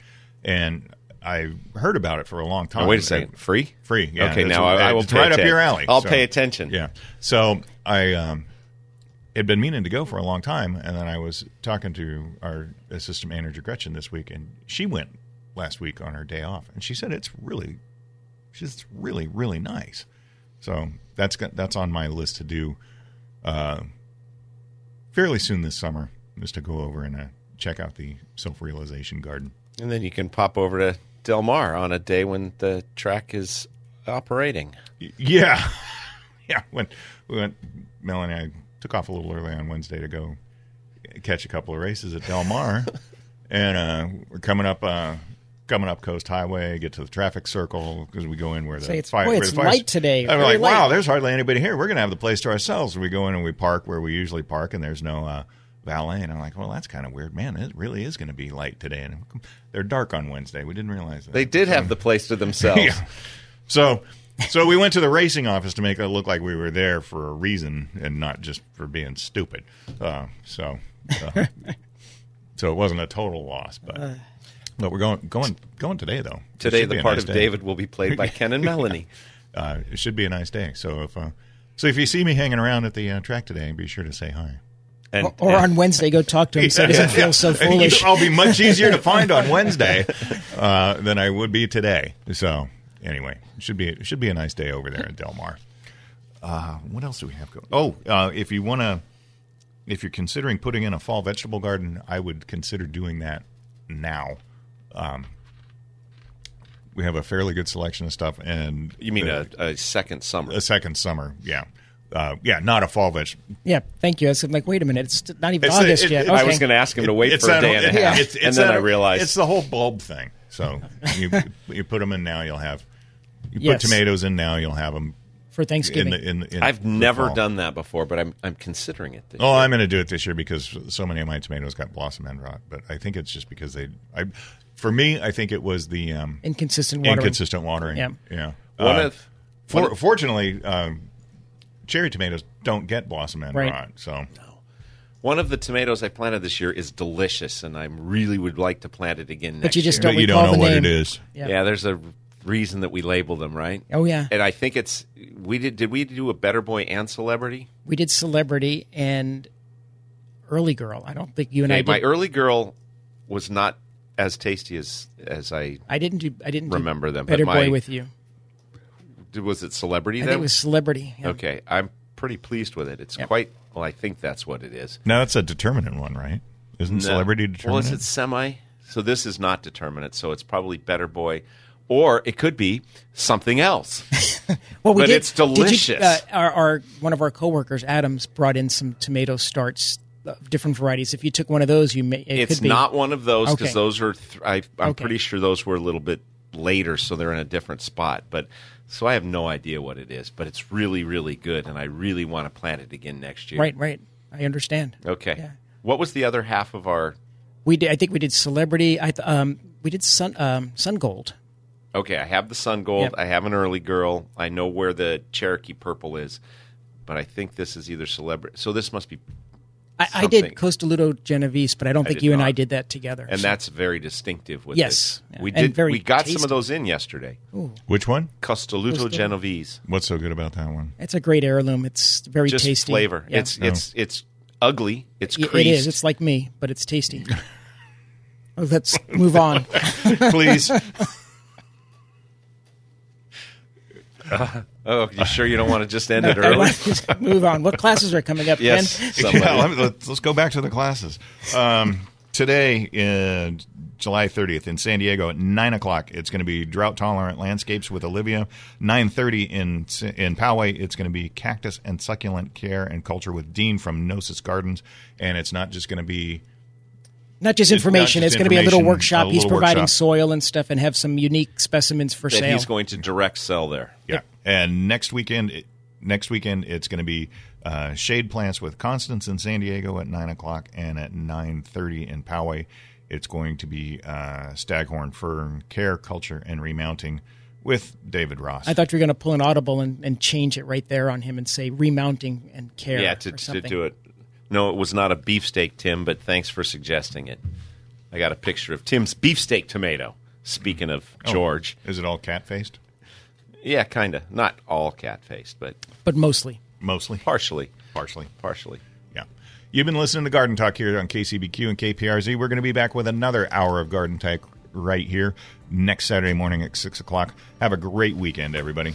[SPEAKER 2] And I heard about it for a long time.
[SPEAKER 3] Now, wait a second. Free?
[SPEAKER 2] Free. Yeah,
[SPEAKER 3] okay,
[SPEAKER 2] that's
[SPEAKER 3] now
[SPEAKER 2] what-
[SPEAKER 3] I, I will
[SPEAKER 2] it's
[SPEAKER 3] pay
[SPEAKER 2] right up
[SPEAKER 3] atten-
[SPEAKER 2] your alley.
[SPEAKER 3] I'll
[SPEAKER 2] So-
[SPEAKER 3] pay attention.
[SPEAKER 2] Yeah. So I um had been meaning to go for a long time, and then I was talking to our assistant manager Gretchen this week, and she went last week on her day off, and she said it's really, she's really really nice. So that's got- that's on my list to do, uh, fairly soon this summer, is to go over and uh, check out the Self Realization Garden.
[SPEAKER 3] And then you can pop over to Del Mar on a day when the track is operating.
[SPEAKER 2] Yeah, yeah. When we went, Melanie and I took off a little early on Wednesday to go catch a couple of races at Del Mar, and uh, we're coming up, uh, coming up Coast Highway, get to the traffic circle because we go in where the
[SPEAKER 4] Say it's-
[SPEAKER 2] fire.
[SPEAKER 4] boy,
[SPEAKER 2] where
[SPEAKER 4] it's
[SPEAKER 2] the fire
[SPEAKER 4] light today,
[SPEAKER 2] I'm
[SPEAKER 4] very
[SPEAKER 2] like, wow,
[SPEAKER 4] light.
[SPEAKER 2] there's hardly anybody here. We're gonna have the place to ourselves. And we go in and we park where we usually park, and there's no. Uh, Valet and I'm like, well, that's kind of weird, man. It really is going to be light today, and they're dark on Wednesday. We didn't realize that
[SPEAKER 3] They did have the place to themselves.
[SPEAKER 2] Yeah. So, so we went to the racing office to make it look like we were there for a reason and not just for being stupid. Uh, so, uh, so it wasn't a total loss, but but we're going going going today though. It
[SPEAKER 3] Today,
[SPEAKER 2] should be
[SPEAKER 3] the
[SPEAKER 2] a
[SPEAKER 3] part
[SPEAKER 2] nice
[SPEAKER 3] of
[SPEAKER 2] day.
[SPEAKER 3] David will be played by Ken and Melanie.
[SPEAKER 2] Uh, it should be a nice day. So if uh, so, if you see me hanging around at the uh, track today, be sure to say hi.
[SPEAKER 3] And,
[SPEAKER 4] Or
[SPEAKER 3] and-
[SPEAKER 4] on Wednesday, go talk to him so he doesn't feel so
[SPEAKER 2] And
[SPEAKER 4] foolish.
[SPEAKER 2] I'll be much easier to find on Wednesday uh, than I would be today. So anyway, it should be it should be a nice day over there in Del Mar. Uh, what else do we have going? Oh, uh, if you want to, if you're considering putting in a fall vegetable garden, I would consider doing that now. Um, we have a fairly good selection of stuff, and
[SPEAKER 3] you mean
[SPEAKER 2] the-
[SPEAKER 3] a, a second summer?
[SPEAKER 2] a second summer? Yeah, uh, yeah, not a fall veg.
[SPEAKER 4] yeah, thank you. I said, like, wait a minute, it's not even
[SPEAKER 2] It's-
[SPEAKER 4] August
[SPEAKER 2] it-
[SPEAKER 4] yet.
[SPEAKER 2] it-
[SPEAKER 4] okay.
[SPEAKER 3] I was going to ask him to wait
[SPEAKER 2] It's
[SPEAKER 3] for a
[SPEAKER 2] that-
[SPEAKER 3] day and a
[SPEAKER 2] it-
[SPEAKER 3] half,
[SPEAKER 2] it's-
[SPEAKER 3] and
[SPEAKER 2] it's
[SPEAKER 3] then
[SPEAKER 2] that-
[SPEAKER 3] I realized
[SPEAKER 2] it's the whole bulb thing. So you you put them in now, you'll have you
[SPEAKER 4] Yes.
[SPEAKER 2] put tomatoes in now, you'll have them
[SPEAKER 4] for
[SPEAKER 2] in
[SPEAKER 4] Thanksgiving.
[SPEAKER 2] the in. the- in
[SPEAKER 3] I've
[SPEAKER 2] the
[SPEAKER 3] never
[SPEAKER 2] fall.
[SPEAKER 3] done that before, but I'm I'm considering it. This
[SPEAKER 2] Oh, I'm going to do it this year because so many of my tomatoes got blossom end rot. But I think it's just because they. I, for me, I think it was the um,
[SPEAKER 4] inconsistent watering.
[SPEAKER 2] inconsistent watering.
[SPEAKER 4] Yeah.
[SPEAKER 2] yeah.
[SPEAKER 3] year. One
[SPEAKER 2] Uh,
[SPEAKER 3] of
[SPEAKER 2] for, fortunately, um, cherry tomatoes don't get blossom end
[SPEAKER 4] Right.
[SPEAKER 2] rot. So
[SPEAKER 3] one of the tomatoes I planted this year is delicious, and I really would like to plant it again.
[SPEAKER 4] But
[SPEAKER 3] next
[SPEAKER 4] you just
[SPEAKER 3] year.
[SPEAKER 4] don't
[SPEAKER 2] but you don't
[SPEAKER 4] recall
[SPEAKER 2] know
[SPEAKER 4] the
[SPEAKER 2] what
[SPEAKER 4] name.
[SPEAKER 2] it is.
[SPEAKER 4] Yeah.
[SPEAKER 3] Yeah, there's a reason that we label them, right?
[SPEAKER 4] Oh, yeah.
[SPEAKER 3] And I think it's we did. Did we do a Better Boy and Celebrity?
[SPEAKER 4] We did celebrity and early girl. I don't think you and I
[SPEAKER 3] Okay,
[SPEAKER 4] did.
[SPEAKER 3] my early girl was not as tasty as as I
[SPEAKER 4] I didn't do. I didn't do
[SPEAKER 3] Remember them, but
[SPEAKER 4] Better
[SPEAKER 3] my-
[SPEAKER 4] boy with you.
[SPEAKER 3] was. It Celebrity.
[SPEAKER 4] I
[SPEAKER 3] That
[SPEAKER 4] think it was celebrity. yeah.
[SPEAKER 3] okay. I'm pretty pleased with it. It's
[SPEAKER 4] Yep.
[SPEAKER 3] quite well. I think that's what it is.
[SPEAKER 2] Now that's a determinant one, right? Isn't
[SPEAKER 3] No.
[SPEAKER 2] celebrity
[SPEAKER 3] Well,
[SPEAKER 2] determinant?
[SPEAKER 3] is it semi? So this is not determinant. So it's probably Better Boy, or it could be something else.
[SPEAKER 4] Well, we
[SPEAKER 3] But
[SPEAKER 4] did,
[SPEAKER 3] it's
[SPEAKER 4] did you-
[SPEAKER 3] delicious.
[SPEAKER 4] uh, our, our one of our coworkers, Adams, brought in some tomato starts, uh, different varieties. If you took one of those, you may. It
[SPEAKER 3] it's
[SPEAKER 4] could be.
[SPEAKER 3] not one of those because
[SPEAKER 4] Okay.
[SPEAKER 3] those are. Th- I, I'm
[SPEAKER 4] Okay.
[SPEAKER 3] pretty sure those were a little bit later, so they're in a different spot. But so I have no idea what it is, but it's really, really good, and I really want to plant it again next year.
[SPEAKER 4] Right, right. I understand.
[SPEAKER 3] Okay.
[SPEAKER 4] Yeah.
[SPEAKER 3] What was the other half of our?
[SPEAKER 4] We did. I think we did celebrity. I th- um we did sun um sun gold.
[SPEAKER 3] Okay, I have the sun gold.
[SPEAKER 4] Yep.
[SPEAKER 3] I have an early girl. I know where the Cherokee purple is, but I think this is either celebrity. So this must be
[SPEAKER 4] I, I did
[SPEAKER 3] Something.
[SPEAKER 4] Costaludo Genovese, but I don't think
[SPEAKER 3] did
[SPEAKER 4] you and
[SPEAKER 3] not.
[SPEAKER 4] I did that together.
[SPEAKER 3] and
[SPEAKER 4] So-
[SPEAKER 3] that's very distinctive with
[SPEAKER 4] Yes.
[SPEAKER 3] this. we
[SPEAKER 4] Yeah. And
[SPEAKER 3] did
[SPEAKER 4] very
[SPEAKER 3] we got some
[SPEAKER 4] tasty.
[SPEAKER 3] of those in yesterday
[SPEAKER 2] Which one?
[SPEAKER 3] costeluto genovese
[SPEAKER 2] What's so good about that one?
[SPEAKER 4] It's a great heirloom. It's very
[SPEAKER 3] just
[SPEAKER 4] tasty.
[SPEAKER 3] flavor
[SPEAKER 4] Yeah.
[SPEAKER 3] it's it's it's ugly it's
[SPEAKER 4] Y-
[SPEAKER 3] creased
[SPEAKER 4] it is. It's like me, but it's tasty. Oh, Let's move on.
[SPEAKER 2] Please.
[SPEAKER 3] oh you sure you don't want to just end it early
[SPEAKER 4] Let's move on. What classes are coming up,
[SPEAKER 3] yes
[SPEAKER 4] Ken?
[SPEAKER 3] somebody.
[SPEAKER 2] Yeah, let me- let's, let's go back to the classes. Um, today, uh, July 30th in San Diego at 9 o'clock, it's going to be Drought Tolerant Landscapes with Olivia. 9.30 in, S- in Poway, it's going to be Cactus and Succulent Care and Culture with Dean from Gnosis Gardens. And it's not just going to be
[SPEAKER 4] Not just
[SPEAKER 2] It's not
[SPEAKER 4] information.
[SPEAKER 2] just
[SPEAKER 4] It's, going to be a little
[SPEAKER 2] information,
[SPEAKER 4] workshop.
[SPEAKER 2] a
[SPEAKER 4] He's
[SPEAKER 2] little
[SPEAKER 4] providing
[SPEAKER 2] workshop.
[SPEAKER 4] soil and stuff, and have some unique specimens for
[SPEAKER 3] that
[SPEAKER 4] sale.
[SPEAKER 3] he's going to direct sell there
[SPEAKER 2] Yeah. And next weekend, it- next weekend it's going to be uh, shade plants with Constance in San Diego at nine o'clock, and at nine thirty in Poway, it's going to be uh, staghorn fern care, culture, and remounting with David Ross.
[SPEAKER 4] I thought you were going to pull an audible and, and change it right there on him and say remounting and care.
[SPEAKER 3] yeah to,
[SPEAKER 4] or
[SPEAKER 3] to
[SPEAKER 4] something.
[SPEAKER 3] do it no it was not a beefsteak tim but thanks for suggesting it i got a picture of tim's beefsteak tomato speaking of
[SPEAKER 4] Oh.
[SPEAKER 3] george
[SPEAKER 2] is it all cat faced?
[SPEAKER 3] yeah kind of not all cat faced but
[SPEAKER 4] but mostly.
[SPEAKER 2] Mostly,
[SPEAKER 3] partially
[SPEAKER 2] partially.
[SPEAKER 3] partially
[SPEAKER 2] Yeah. You've been listening to Garden Talk here on KCBQ and KPRZ. We're going to be back with another hour of Garden Talk right here next Saturday morning at 6 o'clock. Have a great weekend, everybody.